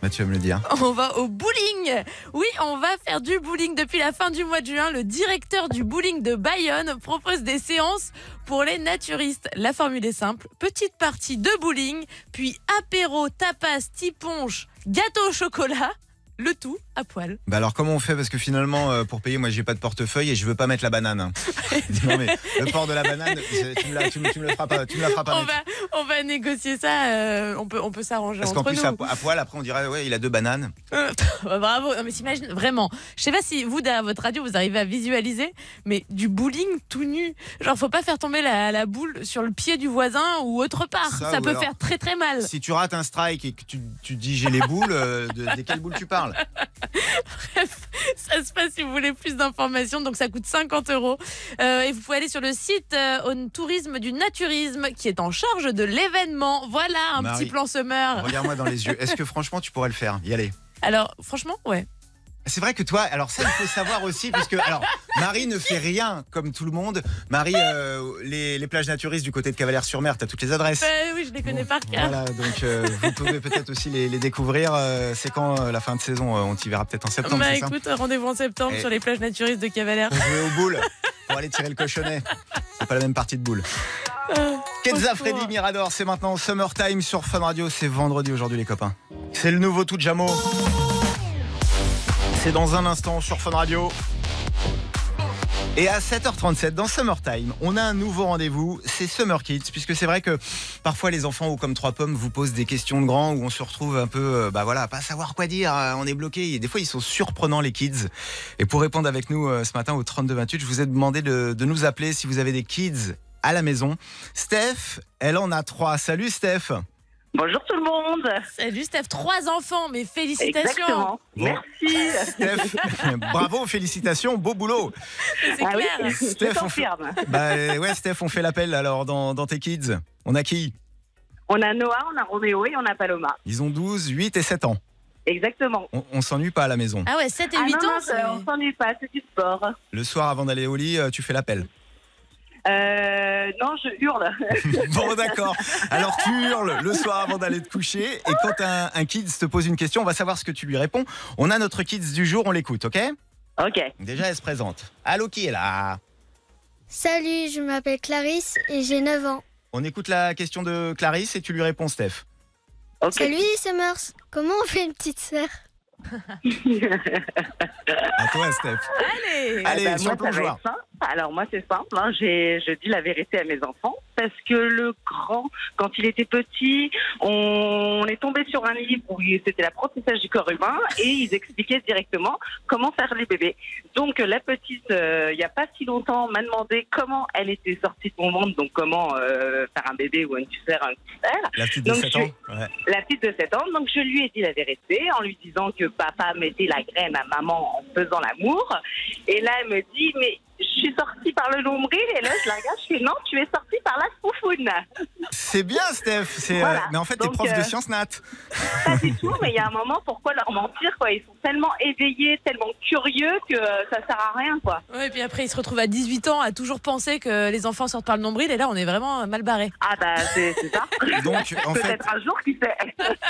S3: Bah, tu vas me le dire.
S4: On va au bowling. Oui, on va faire du bowling. Depuis la fin du mois de juin, le directeur du bowling de Bayonne propose des séances pour les naturistes. La formule est simple. Petite partie de bowling, puis apéro, tapas, tiponche, gâteau au chocolat. Le tout à poil.
S3: Bah alors comment on fait Parce que finalement, euh, pour payer, moi j'ai pas de portefeuille et je veux pas mettre la banane. non mais le port de la banane, c'est- tu me la, tu me- tu me le feras pas, tu me la feras pas.
S4: On
S3: mettre.
S4: va, on va négocier ça. euh, on peut, on peut s'arranger
S3: Parce
S4: entre
S3: qu'en plus
S4: nous.
S3: à, po- à poil, après on dirait ouais, il a deux bananes.
S4: Euh, Bravo. Non, mais t'imagines vraiment. Je sais pas si vous, derrière votre radio, vous arrivez à visualiser, mais du bowling tout nu. Genre, faut pas faire tomber la, la boule sur le pied du voisin ou autre part.
S3: Ça,
S4: Ça,
S3: ou
S4: peut
S3: alors-
S4: faire très très mal.
S3: euh, Si tu rates un strike et que tu, tu dis j'ai les boules, euh, de, de quelles boules tu parles
S4: Bref, ça se passe si vous voulez plus d'informations. Donc ça coûte 50 euros. Euh, et vous pouvez aller sur le site euh, au tourisme du naturisme qui est en charge de l'événement. Voilà un
S3: Marie,
S4: petit plan summer.
S3: Regarde-moi dans les yeux. Est-ce que franchement tu pourrais le faire Y aller.
S4: Alors franchement, ouais.
S3: C'est vrai que toi, alors ça il faut savoir aussi, puisque alors Marie ne fait rien comme tout le monde. Marie, euh, les, les plages naturistes du côté de Cavalières-sur-Mer, t'as toutes les adresses.
S4: Ouais, Euh, oui, je les connais par cœur.
S3: Voilà, donc euh, vous pouvez peut-être aussi les, les découvrir. euh, c'est quand euh, la fin de saison euh, On t'y verra peut-être en septembre.
S4: bah
S3: c'est ça
S4: écoute, rendez-vous en septembre
S3: Et-
S4: sur les plages naturistes de Cavalère.
S3: Pour jouer aux boules, pour aller tirer le cochonnet. C'est pas la même partie de boule. Kenza Freddy Mirador, c'est maintenant Summertime sur Fun Radio. C'est vendredi aujourd'hui, les copains. C'est le nouveau tout Jamo. C'est dans un instant sur Fun Radio. Et à 7h37 dans Summertime, on a un nouveau rendez-vous, c'est Summer Kids, puisque c'est vrai que parfois les enfants ou comme trois pommes vous posent des questions de grands où on se retrouve un peu, euh, bah voilà, à pas savoir quoi dire, euh, on est bloqué. Et des fois ils sont surprenants les kids. Et pour répondre avec nous euh, ce matin au 3228, je vous ai demandé de, de nous appeler si vous avez des kids à la maison. Steph, elle en a trois. Salut Steph.
S9: Bonjour tout le monde.
S4: Salut Steph, trois enfants, mais félicitations.
S9: Exactement.
S3: Bon.
S9: Merci.
S3: Steph, bravo, félicitations, beau boulot.
S4: C'est
S9: Ah oui,
S4: clair.
S9: je
S3: Steph, on fait-
S9: confirme.
S3: Bah euh, ouais Steph, on fait l'appel alors dans, dans tes kids. On a qui
S9: On a Noah, on a Roméo et on a Paloma.
S3: Ils ont 12, 8 et 7 ans.
S9: Exactement.
S3: On, on s'ennuie pas à la maison.
S4: Ah ouais, 7 et
S9: Ah
S4: 8
S9: non,
S4: ans.
S9: non,
S4: c'est-
S9: ça, on s'ennuie pas, c'est du sport.
S3: Le soir avant d'aller au lit, euh, tu fais l'appel.
S9: Euh, non, je hurle.
S3: Bon d'accord. Alors tu hurles le soir avant d'aller te coucher et quand un, un kids te pose une question, on va savoir ce que tu lui réponds. On a notre kids du jour, on l'écoute, ok
S9: ok.
S3: Déjà elle se présente. Allô qui est là
S6: Salut, je m'appelle Clarisse et j'ai 9 ans.
S3: On écoute la question de Clarisse et tu lui réponds Steph.
S9: Ok.
S6: Salut Summers, comment on fait une petite sœur
S3: À toi Steph.
S4: Allez.
S3: Allez,
S9: Ah
S3: sur
S9: bah, moi,
S3: le
S9: ça va
S3: plongeoir.
S9: être simple. Alors moi c'est simple, hein. J'ai- je dis la vérité à mes enfants parce que le grand, quand il était petit, on est tombé sur un livre où il- c'était l'apprentissage du corps humain et ils expliquaient directement comment faire les bébés. Donc la petite, euh, il n'y a pas si longtemps, m'a demandé comment elle était sortie de mon ventre, donc comment euh, faire un bébé ou une petite sœur, un petit frère
S3: La petite de
S9: Donc,
S3: 7
S9: je-
S3: ans. Ouais.
S9: la petite de 7 ans. Donc je lui ai dit la vérité en lui disant que papa mettait la graine à maman en faisant l'amour. Et là, elle me dit, mais je suis sortie par le nombril. Et là, je la regarde, je fais, non, tu es sortie par la foufoune.
S3: C'est bien Steph. C'est, euh,
S9: Voilà.
S3: mais en fait t'es
S9: Donc,
S3: prof de
S9: euh,
S3: sciences nat.
S9: Pas du tout, mais il y a un moment, pourquoi leur mentir quoi Ils sont tellement éveillés, tellement curieux que euh, ça sert à rien. quoi.
S4: Ouais, et puis après, il se retrouve à 18 ans à toujours penser que les enfants sortent par le nombril. Et là, on est vraiment mal barré.
S9: Ah bah c'est c'est ça.
S3: Donc en fait
S9: Peut-être un jour, qui sait.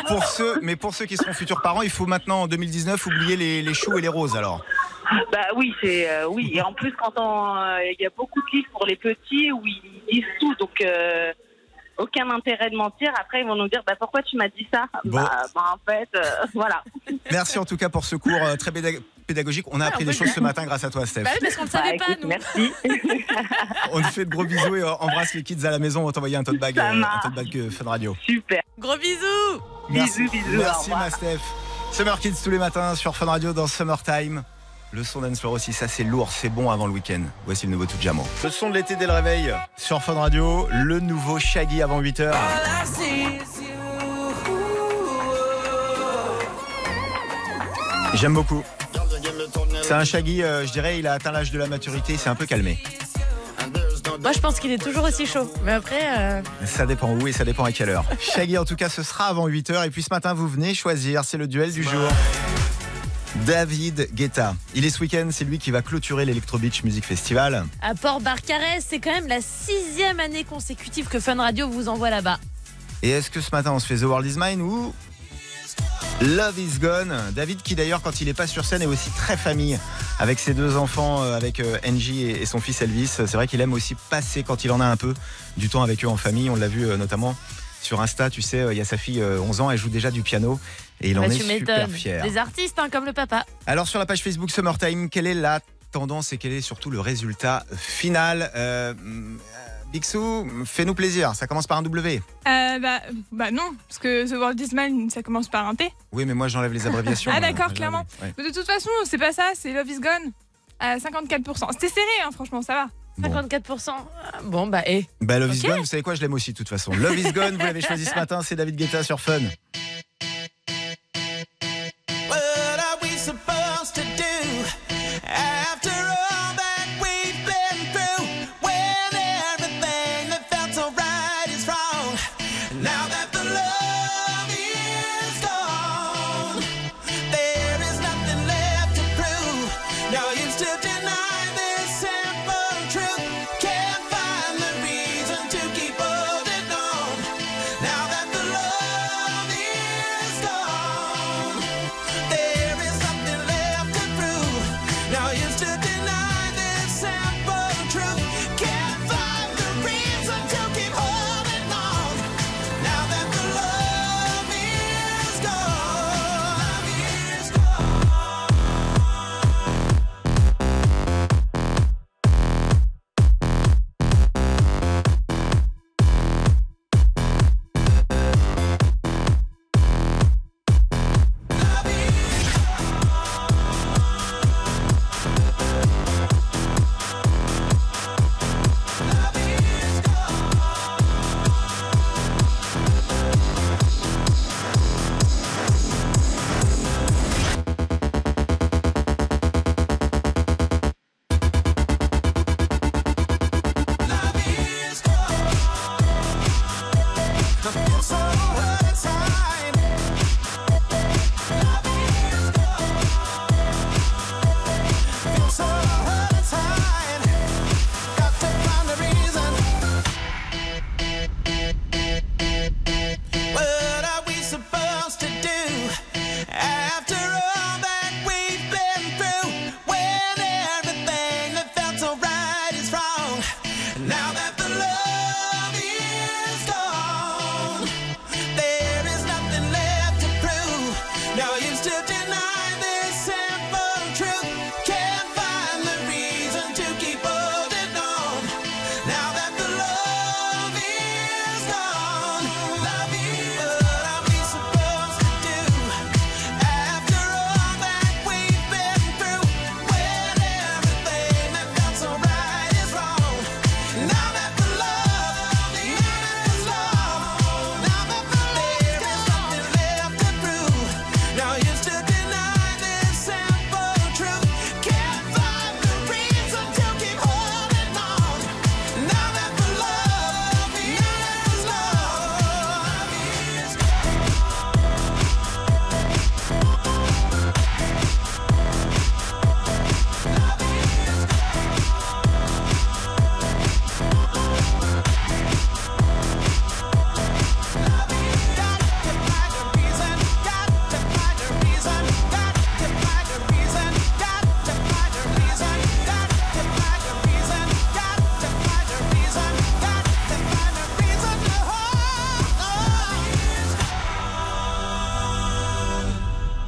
S3: pour ceux, mais pour ceux qui seront futurs parents, il faut maintenant en 2019 oublier les, les choux et les roses alors.
S9: Bah oui, c'est euh, oui. Et en plus, quand on, euh, il y a beaucoup de livres pour les petits où ils disent tout, donc euh, aucun intérêt de mentir. Après, ils vont nous dire, bah pourquoi tu m'as dit ça
S3: Bon.
S9: bah, bah, en fait, euh, voilà.
S3: Merci en tout cas pour ce cours euh, très pédag- pédagogique. On a appris des choses ce matin grâce à toi Steph.
S4: Bah oui, parce qu'on ne savait
S9: Bah,
S4: pas,
S9: écoute,
S4: nous.
S9: Merci.
S3: On te fait de gros bisous et euh, embrasse les kids à la maison. On va t'envoyer un tote bag,
S9: Ça
S3: euh, un
S9: marche.
S3: tote bag euh, Fun Radio.
S9: Super.
S4: Gros bisous.
S3: Merci,
S9: Bisous, bisous, au
S3: Merci
S9: revoir.
S3: ma Steph. Summer Kids tous les matins sur Fun Radio dans Summertime. Le son dance floor aussi, ça c'est lourd, c'est bon avant le week-end. Voici le nouveau tout Jamo. Le son de l'été dès le réveil sur Fun Radio, le nouveau Shaggy avant 8h. J'aime beaucoup. C'est un Shaggy, euh, je dirais, il a atteint l'âge de la maturité, il s'est un peu calmé.
S4: Moi, je pense qu'il est toujours aussi chaud. Mais après, euh,
S3: Ça dépend où et ça dépend à quelle heure. Shaggy, en tout cas, ce sera avant 8h. Et puis ce matin, vous venez choisir. C'est le duel du jour. David Guetta. Il est ce week-end, c'est lui qui va clôturer l'Electro Beach Music Festival.
S4: à Port Barcarès, c'est quand même la sixième année consécutive que Fun Radio vous envoie là-bas.
S3: Et est-ce que ce matin, on se fait The World Is Mine ou Love Is Gone David, qui d'ailleurs, quand il n'est pas sur scène, est aussi très famille avec ses deux enfants, euh, avec euh, Angie et et son fils Elvis. C'est vrai qu'il aime aussi passer, quand il en a un peu, du temps avec eux en famille. On l'a vu euh, notamment sur Insta, tu sais, euh, il y a sa fille euh, 11 ans, elle joue déjà du piano. Et il en
S4: Bah,
S3: est
S4: tu m'étonnes.
S3: super fier.
S4: Des artistes, hein, comme le papa.
S3: Alors sur la page Facebook Summertime, quelle est la tendance et quel est surtout le résultat final euh, euh, Bixou, fais-nous plaisir, ça commence par un W.
S5: Euh, bah, bah non, parce que The World Is Mine, ça commence par un T.
S3: Oui, mais moi j'enlève les abréviations.
S5: Ah,
S3: Euh,
S5: d'accord,
S3: j'enlève-
S5: clairement.
S3: ouais.
S5: Mais de toute façon, c'est pas ça, c'est Love Is Gone à 54%. C'était serré, hein, franchement, ça va.
S3: Bon.
S4: 54%. Ah, Bon, bah, et.
S3: Bah, Love is
S4: Ok.
S3: Gone, vous savez quoi, je l'aime aussi de toute façon. Love is Gone, vous l'avez choisi ce matin, c'est David Guetta sur Fun.
S12: What are we supposed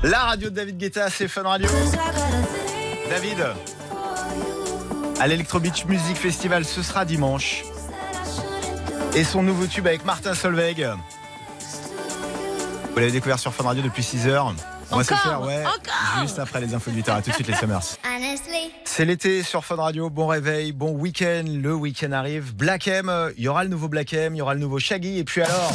S3: La radio de David Guetta, c'est Fun Radio. David, à l'Electro Beach Music Festival, ce sera dimanche. Et son nouveau tube avec Martin Solveig. Vous l'avez découvert sur Fun Radio depuis 6 heures. On va se le
S6: Encore
S3: faire, ouais. Juste après les infos du terrain. À tout de suite, les Summers.
S6: Honestly.
S3: C'est l'été sur Fun Radio, bon réveil, bon week-end, le week-end arrive. Black M, euh, il y aura le nouveau Black M, il y aura le nouveau Shaggy, et puis alors,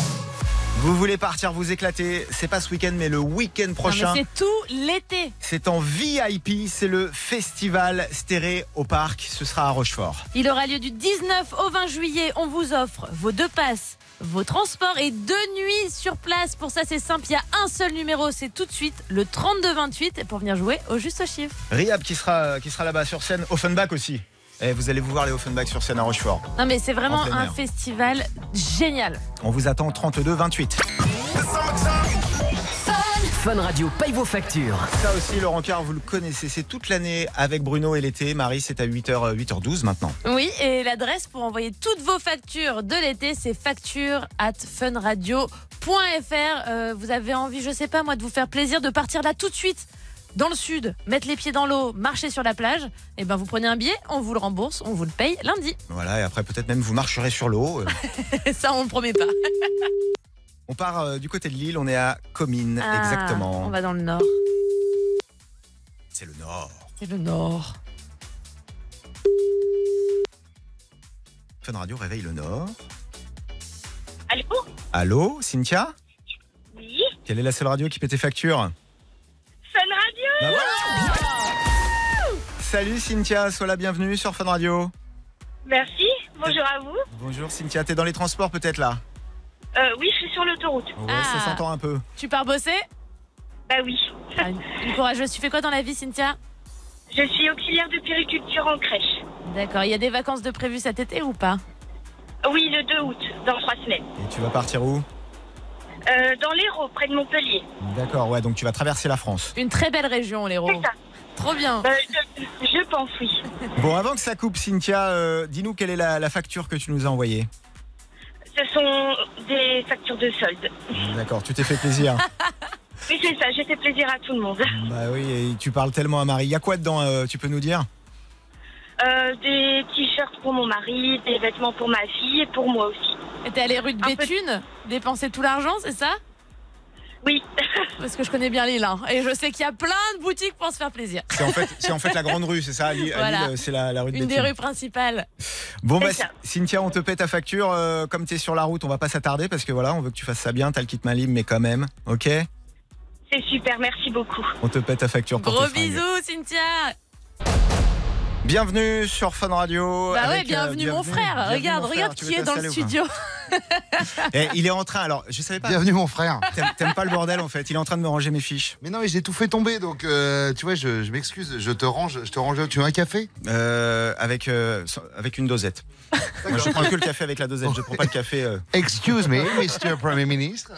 S3: vous voulez partir vous éclater, c'est pas ce week-end, mais le week-end prochain.
S4: Non, mais C'est tout l'été.
S3: C'est en VIP, c'est le festival Stéré au parc, ce sera à Rochefort.
S4: Il aura lieu du 19 au 20 juillet. On vous offre vos deux passes, vos transports et deux nuits sur place. Pour ça, c'est simple. Il y a un seul numéro. C'est tout de suite le 32-28 pour venir jouer au juste chiffre.
S3: Riab qui sera, qui sera là-bas sur scène, Offenbach aussi. Et vous allez vous voir les Offenbach sur scène à Rochefort.
S4: Non, mais c'est vraiment
S3: En plein
S4: un
S3: air.
S4: festival génial.
S3: On vous attend 32-28.
S1: Fun Radio paye vos factures.
S3: Ça aussi, Laurent Car, vous le connaissez, c'est toute l'année avec Bruno et l'été. Marie, c'est à 8h, 8h12 maintenant.
S4: Oui, et l'adresse pour envoyer toutes vos factures de l'été, c'est facture at funradio.fr. Euh, vous avez envie, je sais pas moi, de vous faire plaisir, de partir là tout de suite dans le sud, mettre les pieds dans l'eau, marcher sur la plage. Et ben vous prenez un billet, on vous le rembourse, on vous le paye lundi.
S3: Voilà, et après peut-être même vous marcherez sur l'eau. Euh,
S4: Ça, on le promet pas.
S3: On part euh, du côté de Lille, on est à Comines,
S4: Ah, On
S3: exactement.
S4: va dans le nord.
S3: C'est le Nord.
S4: C'est le nord.
S3: Fun Radio réveille le Nord. Allô Allô, Cynthia
S12: Oui
S3: Quelle est la seule radio qui paie tes factures
S12: Fun Radio
S3: Bah voilà Salut Cynthia, sois la bienvenue sur Fun Radio.
S12: Merci, bonjour à vous.
S3: Bonjour Cynthia, t'es dans les transports peut-être là Ah.
S12: Euh, oui, je suis sur l'autoroute.
S3: Ouais, ça s'entend un peu.
S4: Tu pars bosser
S12: Bah oui.
S4: Ah, courageuse, tu fais quoi dans la vie, Cynthia
S12: Je suis auxiliaire de périculture en crèche.
S4: D'accord, il y a des vacances de prévues cet été ou pas
S12: Oui, le 2 août, dans trois semaines.
S3: Et tu vas partir où
S12: Euh, dans l'Hérault, près de Montpellier.
S3: D'accord, ouais, donc tu vas traverser la France.
S4: Une très belle région, l'Hérault. Trop bien.
S12: Bah, je, pense, oui.
S3: Bon, avant que ça coupe, Cynthia, euh, dis-nous quelle est la, la facture que tu nous as envoyée.
S12: Ce sont des factures de solde.
S3: D'accord, tu t'es fait plaisir.
S12: Oui, c'est ça, j'ai fait plaisir à tout le monde.
S3: bah oui, et tu parles tellement à Marie. Il y a quoi dedans, euh, tu peux nous dire
S12: Euh, des t-shirts pour mon mari, des vêtements pour ma fille et pour moi aussi.
S4: Et t'es allée rue de Béthune dépenser tout l'argent, c'est ça
S12: Oui.
S4: Parce que je connais bien Lille. hein. Et je sais qu'il y a plein de boutiques pour se faire plaisir.
S3: C'est en fait, c'est en fait la grande rue, c'est ça à Lille, à
S4: Voilà.
S3: Lille, euh, c'est la, la rue de
S4: Une des
S3: Béthune.
S4: rues principales.
S3: Bon bah
S4: C'est ça.
S3: Cynthia, on te paie ta facture. euh, comme t'es sur la route, on va pas s'attarder parce que voilà, on veut que tu fasses ça bien. T'as le kit main libre, mais quand même, ok
S12: C'est super, merci beaucoup.
S3: On te paie ta facture. Pour
S4: Gros
S3: tes fringues.
S4: bisous, Cynthia.
S3: Bienvenue sur Fun Radio.
S4: Bah ouais,
S3: avec, euh,
S4: bienvenue, mon frère.
S3: bienvenue,
S4: regarde,
S3: mon frère.
S4: regarde
S3: Tu
S4: qui
S3: veux
S4: est dans le
S3: t'installer ou
S4: studio.
S3: pas Eh, Il est en train. Alors, je savais pas.
S13: Bienvenue mon frère.
S3: T'aimes- T'aimes pas le bordel en fait. Il est en train de me ranger mes fiches.
S13: Mais non, mais j'ai tout fait tomber, donc euh, tu vois, je, je m'excuse. Je te range, je te range. Tu veux un café
S3: Euh, avec euh, sans- avec une dosette. Moi, je prends que le café avec la dosette. Je prends pas le café. euh.
S13: Excuse me, Mr. Premier Ministre.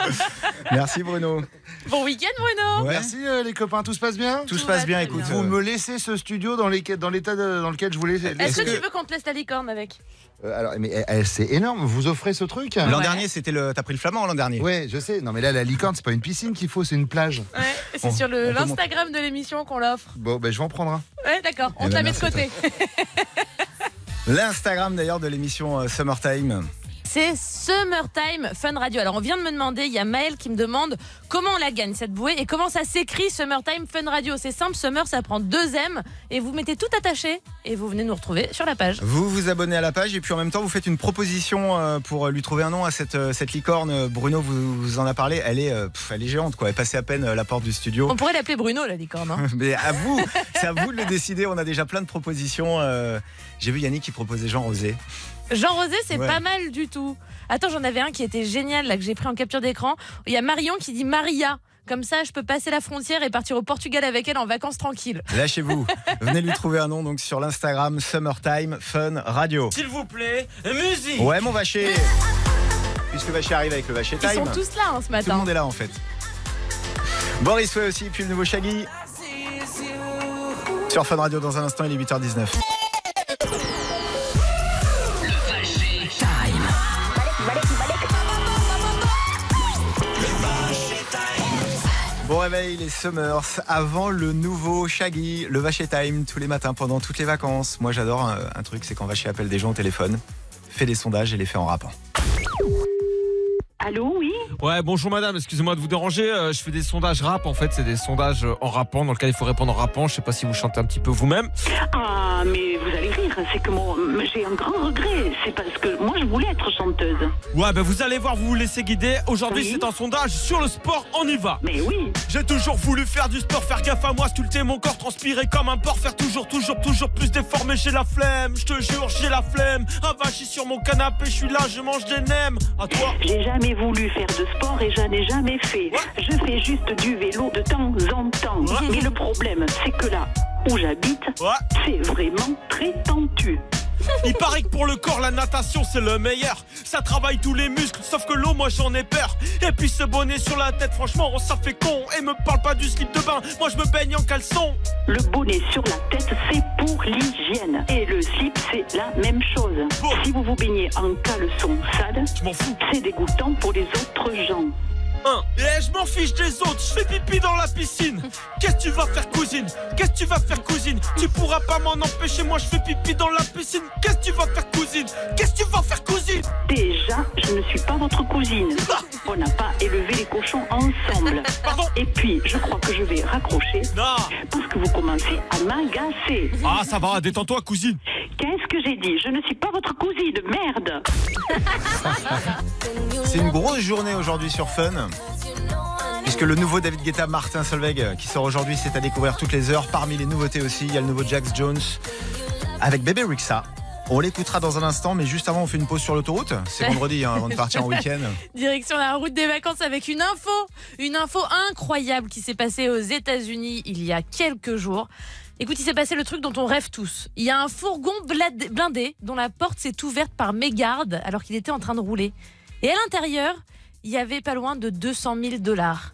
S3: Merci Bruno.
S4: Bon week-end, Bruno.
S3: Ouais.
S13: Merci euh, les copains, tout se passe bien
S3: Tout se passe bien. Écoute.
S13: Vous
S3: euh,
S13: me laissez ce studio dans les- dans l'état de- dans lequel je voulais.
S3: Eh
S13: Eh
S4: Est-ce que tu veux qu'on te laisse la licorne avec
S13: Euh, alors, mais euh, euh, c'est énorme. Vous offrez ce truc
S3: L'an dernier, c'était le. T'as pris le flamand l'an dernier.
S13: Ouais, je sais. Non, mais là, la licorne, c'est pas une piscine qu'il faut, c'est une plage.
S4: Ouais, c'est
S13: On-
S4: sur
S13: on
S4: le-
S13: peut
S4: l'Instagram de l'émission qu'on l'offre.
S13: Bon, ben je vais en prendre un.
S4: Ouais, d'accord, on
S13: Eh
S4: te la
S13: ben,
S4: met de
S13: merci,
S4: côté.
S3: L'Instagram d'ailleurs de l'émission euh, Summertime.
S4: C'est Summertime Fun Radio. Alors, on vient de me demander, il y a Maël qui me demande comment on la gagne cette bouée et comment ça s'écrit Summertime Fun Radio. C'est simple, Summer, ça prend deux M et vous mettez tout attaché et vous venez nous retrouver sur la page.
S3: Vous vous abonnez à la page et puis en même temps vous faites une proposition euh, pour lui trouver un nom à cette, euh, cette licorne. Euh, Bruno vous, vous en a parlé, elle est, euh, pff, elle est géante quoi, elle passait à peine euh, la porte du studio.
S4: On pourrait l'appeler Bruno, la licorne. hein.
S3: Mais à vous, c'est à vous de le décider, on a déjà plein de propositions. euh, J'ai vu Yannick qui proposait Jean Rosé.
S4: Jean Rosé, c'est
S3: Ouais.
S4: pas mal du tout. Attends, j'en avais un qui était génial, là, que j'ai pris en capture d'écran. Il y a Marion qui dit Maria. Comme ça, je peux passer la frontière et partir au Portugal avec elle en vacances tranquille.
S3: Lâchez-vous, venez lui trouver un nom donc sur l'Instagram Summertime Fun Radio.
S1: S'il vous plaît, musique
S3: Ouais mon vacher Puisque vacher arrive avec le vacher
S4: Ils
S3: time.
S4: sont tous là hein, ce
S3: Tout le
S4: matin.
S3: monde est là en fait. Boris Way aussi, puis le nouveau Shaggy. Sur Fun Radio dans un instant, il est 8h19. Bon, réveil les Summers avant le nouveau Shaggy, le Vacher Time tous les matins pendant toutes les vacances. Moi j'adore un, un truc, c'est quand Vacher appelle des gens au téléphone, fait des sondages et les fait en rappant.
S7: Allô, oui
S1: Ouais, bonjour madame, excusez-moi de vous déranger. euh, je fais des sondages rap en fait, c'est des sondages euh, en rappant dans lequel il faut répondre en rappant. Je sais pas si vous chantez un petit peu vous-même.
S7: Ah, mais vous allez rire, c'est que mon... j'ai un grand regret. C'est parce que moi, je voulais être chanteuse.
S1: Ouais, ben vous allez voir, vous vous laissez guider. Aujourd'hui, c'est un sondage sur le sport, on y va.
S7: Mais oui.
S1: J'ai toujours voulu faire du sport, faire gaffe à moi, sculpter mon corps, transpirer comme un porc, faire toujours, toujours, toujours plus d'efforts, mais j'ai la flemme. Je te jure, j'ai la flemme. Avachi sur mon canapé, je suis là, je mange des nems. À toi.
S7: J'ai jamais voulu faire de sport et j'en ai jamais fait. Je fais juste du vélo de temps en temps. Mais le problème, c'est que là où j'habite, c'est vraiment très tendu.
S1: Il paraît que pour le corps, la natation c'est le meilleur. Ça travaille tous les muscles, sauf que l'eau, moi j'en ai peur. Et puis ce bonnet sur la tête, franchement, ça fait con. Et me parle pas du slip de bain, moi je me baigne en caleçon.
S7: Le bonnet sur la tête, c'est pour l'hygiène. Et le slip, c'est la même chose. Si vous vous baignez en caleçon sale, c'est dégoûtant pour les autres gens.
S1: Hein, Et je m'en fiche des autres, je fais pipi dans la piscine. Qu'est-ce que tu vas faire, cousine Qu'est-ce que tu vas faire, cousine Tu pourras pas m'en empêcher, moi je fais pipi dans la piscine. Qu'est-ce que tu vas faire, cousine Qu'est-ce que tu vas faire, cousine
S7: Déjà, je ne suis pas votre cousine. On n'a pas élevé les cochons ensemble. Et puis, je crois que je vais raccrocher. Parce que vous commencez à m'agacer.
S1: Ah, ça va, détends-toi, cousine.
S7: Qu'est-ce que j'ai dit Je ne suis pas votre cousine, merde.
S3: C'est une grosse journée aujourd'hui sur Fun. Puisque le nouveau David Guetta, Martin Solveig, euh, qui sort aujourd'hui, c'est à découvrir toutes les heures. Parmi les nouveautés aussi, il y a le nouveau Jax Jones avec Bébé Rixa. On l'écoutera dans un instant, mais juste avant, on fait une pause sur l'autoroute. C'est vendredi, hein, avant de partir en week-end.
S4: Direction la route des vacances avec une info, une info incroyable qui s'est passée aux États-Unis il y a quelques jours. Écoute, il s'est passé le truc dont on rêve tous. Il y a un fourgon blad- blindé dont la porte s'est ouverte par mégarde alors qu'il était en train de rouler. Et à l'intérieur, il y avait pas loin de 200 000 dollars.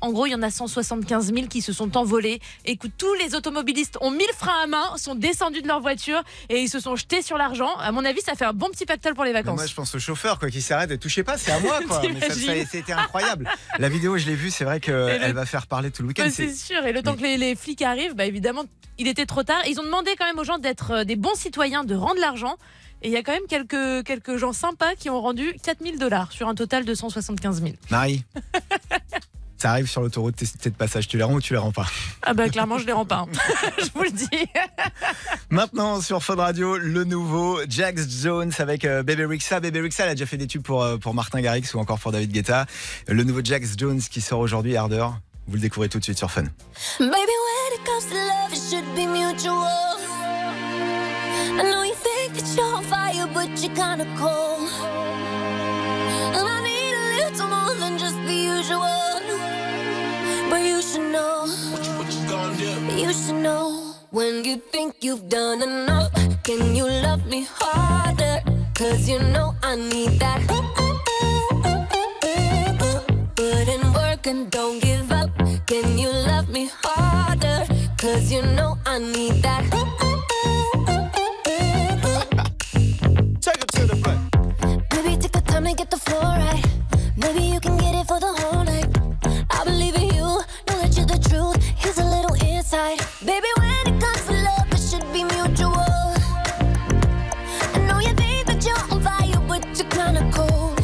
S4: En gros, il y en a 175 000 qui se sont envolés. Écoute, tous les automobilistes ont mis le frein à main, sont descendus de leur voiture et ils se sont jetés sur l'argent. À mon avis, ça fait un bon petit pactole pour les
S3: Mais
S4: vacances.
S3: Moi, je pense au chauffeur quoi, qui s'arrête et touchez pas, c'est à moi. Quoi. Mais ça- ça-
S4: T'imagines
S3: C'était incroyable. La vidéo, je l'ai vue, c'est vrai
S4: Et
S3: qu'elle
S4: le-
S3: va faire parler tout le week-end.
S4: Ouais, c'est sûr. Et le temps que les, les flics arrivent, bah, évidemment, il était trop tard. Et ils ont demandé quand même aux gens d'être euh, des bons citoyens, de rendre l'argent. Et il y a quand même quelques, quelques gens sympas qui ont rendu 4000 dollars sur un total de 175 000.
S3: Marie, ça arrive sur l'autoroute, t'es t'es de passage, tu les rends ou tu les rends pas
S4: Ah bah clairement, je les rends pas. hein. je vous le dis.
S3: Maintenant sur Fun Radio, le nouveau Jax Jones avec euh, Bébé Rixa. Bébé Rixa, elle a déjà fait des tubes pour, euh, pour Martin Garrix ou encore pour David Guetta. Le nouveau Jax Jones qui sort aujourd'hui, Harder. Vous le découvrez tout de suite sur Fun.
S14: Baby, when it comes to love, it should be mutual. I know you think that you're on fire, but you're kinda cold. And I need a little more than just the usual. But you should know. You should know. When you think you've done enough, can you love me harder? Cause you know I need that. Put in work and don't give up. Can you love me harder? Cause you know I need that.
S2: Take it to the back.
S14: Maybe take the time to get the floor right. Maybe you can get it for the whole night. I believe in you, know that you're the truth. Here's a little insight. Baby, when it comes to love, it should be mutual. I know you think that you're on fire, but you're kinda cold.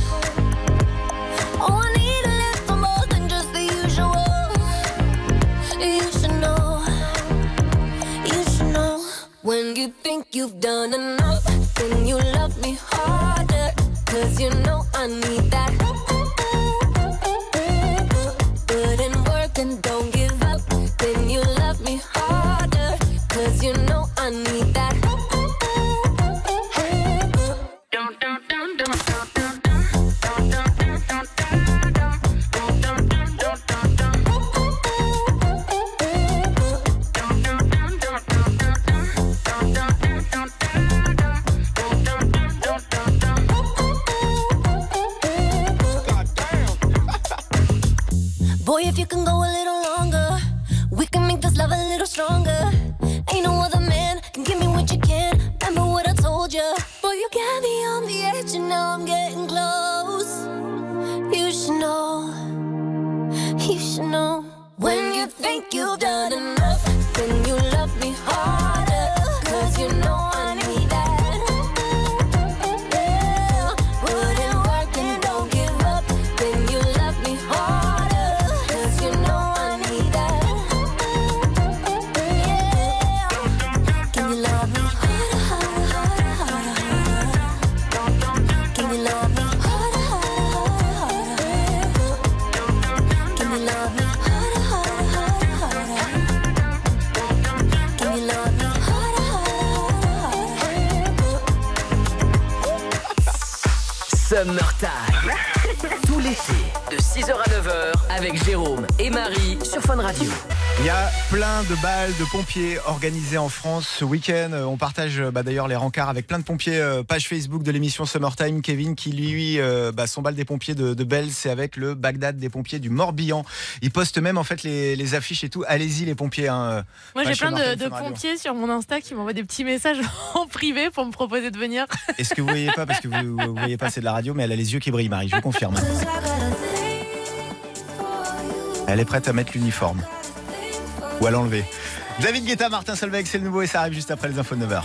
S14: Oh, I need a little more than just the usual. You should know. You should know. When you think you've done enough, then you love me harder. Cause you know I need that. Put in work and don't give up. Then you love me harder. Cause you know I need that. Boy, if you can go a little longer, we can make this love a little stronger. Ain't no other man can give me what you can. Remember what I told you. Boy, you got me on the edge, and now I'm getting close. You should know. You should know. you think you've done enough, then you love me harder. Cause you know I need that. Yeah. Wouldn't work and don't give up, then you love me harder. Cause you know I need that. Yeah. Can you love me harder, harder, harder, harder, harder? Can you love me harder, harder, harder, harder? Can you love me harder, harder, harder, harder? Can you love me harder, harder, harder,
S1: Summertime. Tout l'été, de 6h à 9h, avec Jérôme et Marie sur Fun Radio.
S3: Il y a plein de balles de pompiers organisées en France ce week-end. Euh, On partage euh, bah, d'ailleurs les rencarts avec plein de pompiers. Euh, Page Facebook de l'émission Summertime, Kevin qui lui, euh, bah, son bal des pompiers de, de Belle, c'est avec le Bagdad des pompiers du Morbihan. Il poste même en fait les, les affiches et tout. Allez-y les pompiers. hein.
S4: Moi, j'ai
S3: Page
S4: plein de,
S3: Summertime
S4: de
S3: Fun Radio.
S4: pompiers sur mon Insta qui m'envoient des petits messages en privé pour me proposer de venir.
S3: Est-ce que vous voyez pas Parce que vous, vous voyez pas, c'est de la radio, mais elle a les yeux qui brillent, Marie, je vous confirme. Elle est prête à mettre l'uniforme. Ou à l'enlever. David Guetta, Martin Solveig, c'est le nouveau et ça arrive juste après les infos de 9h.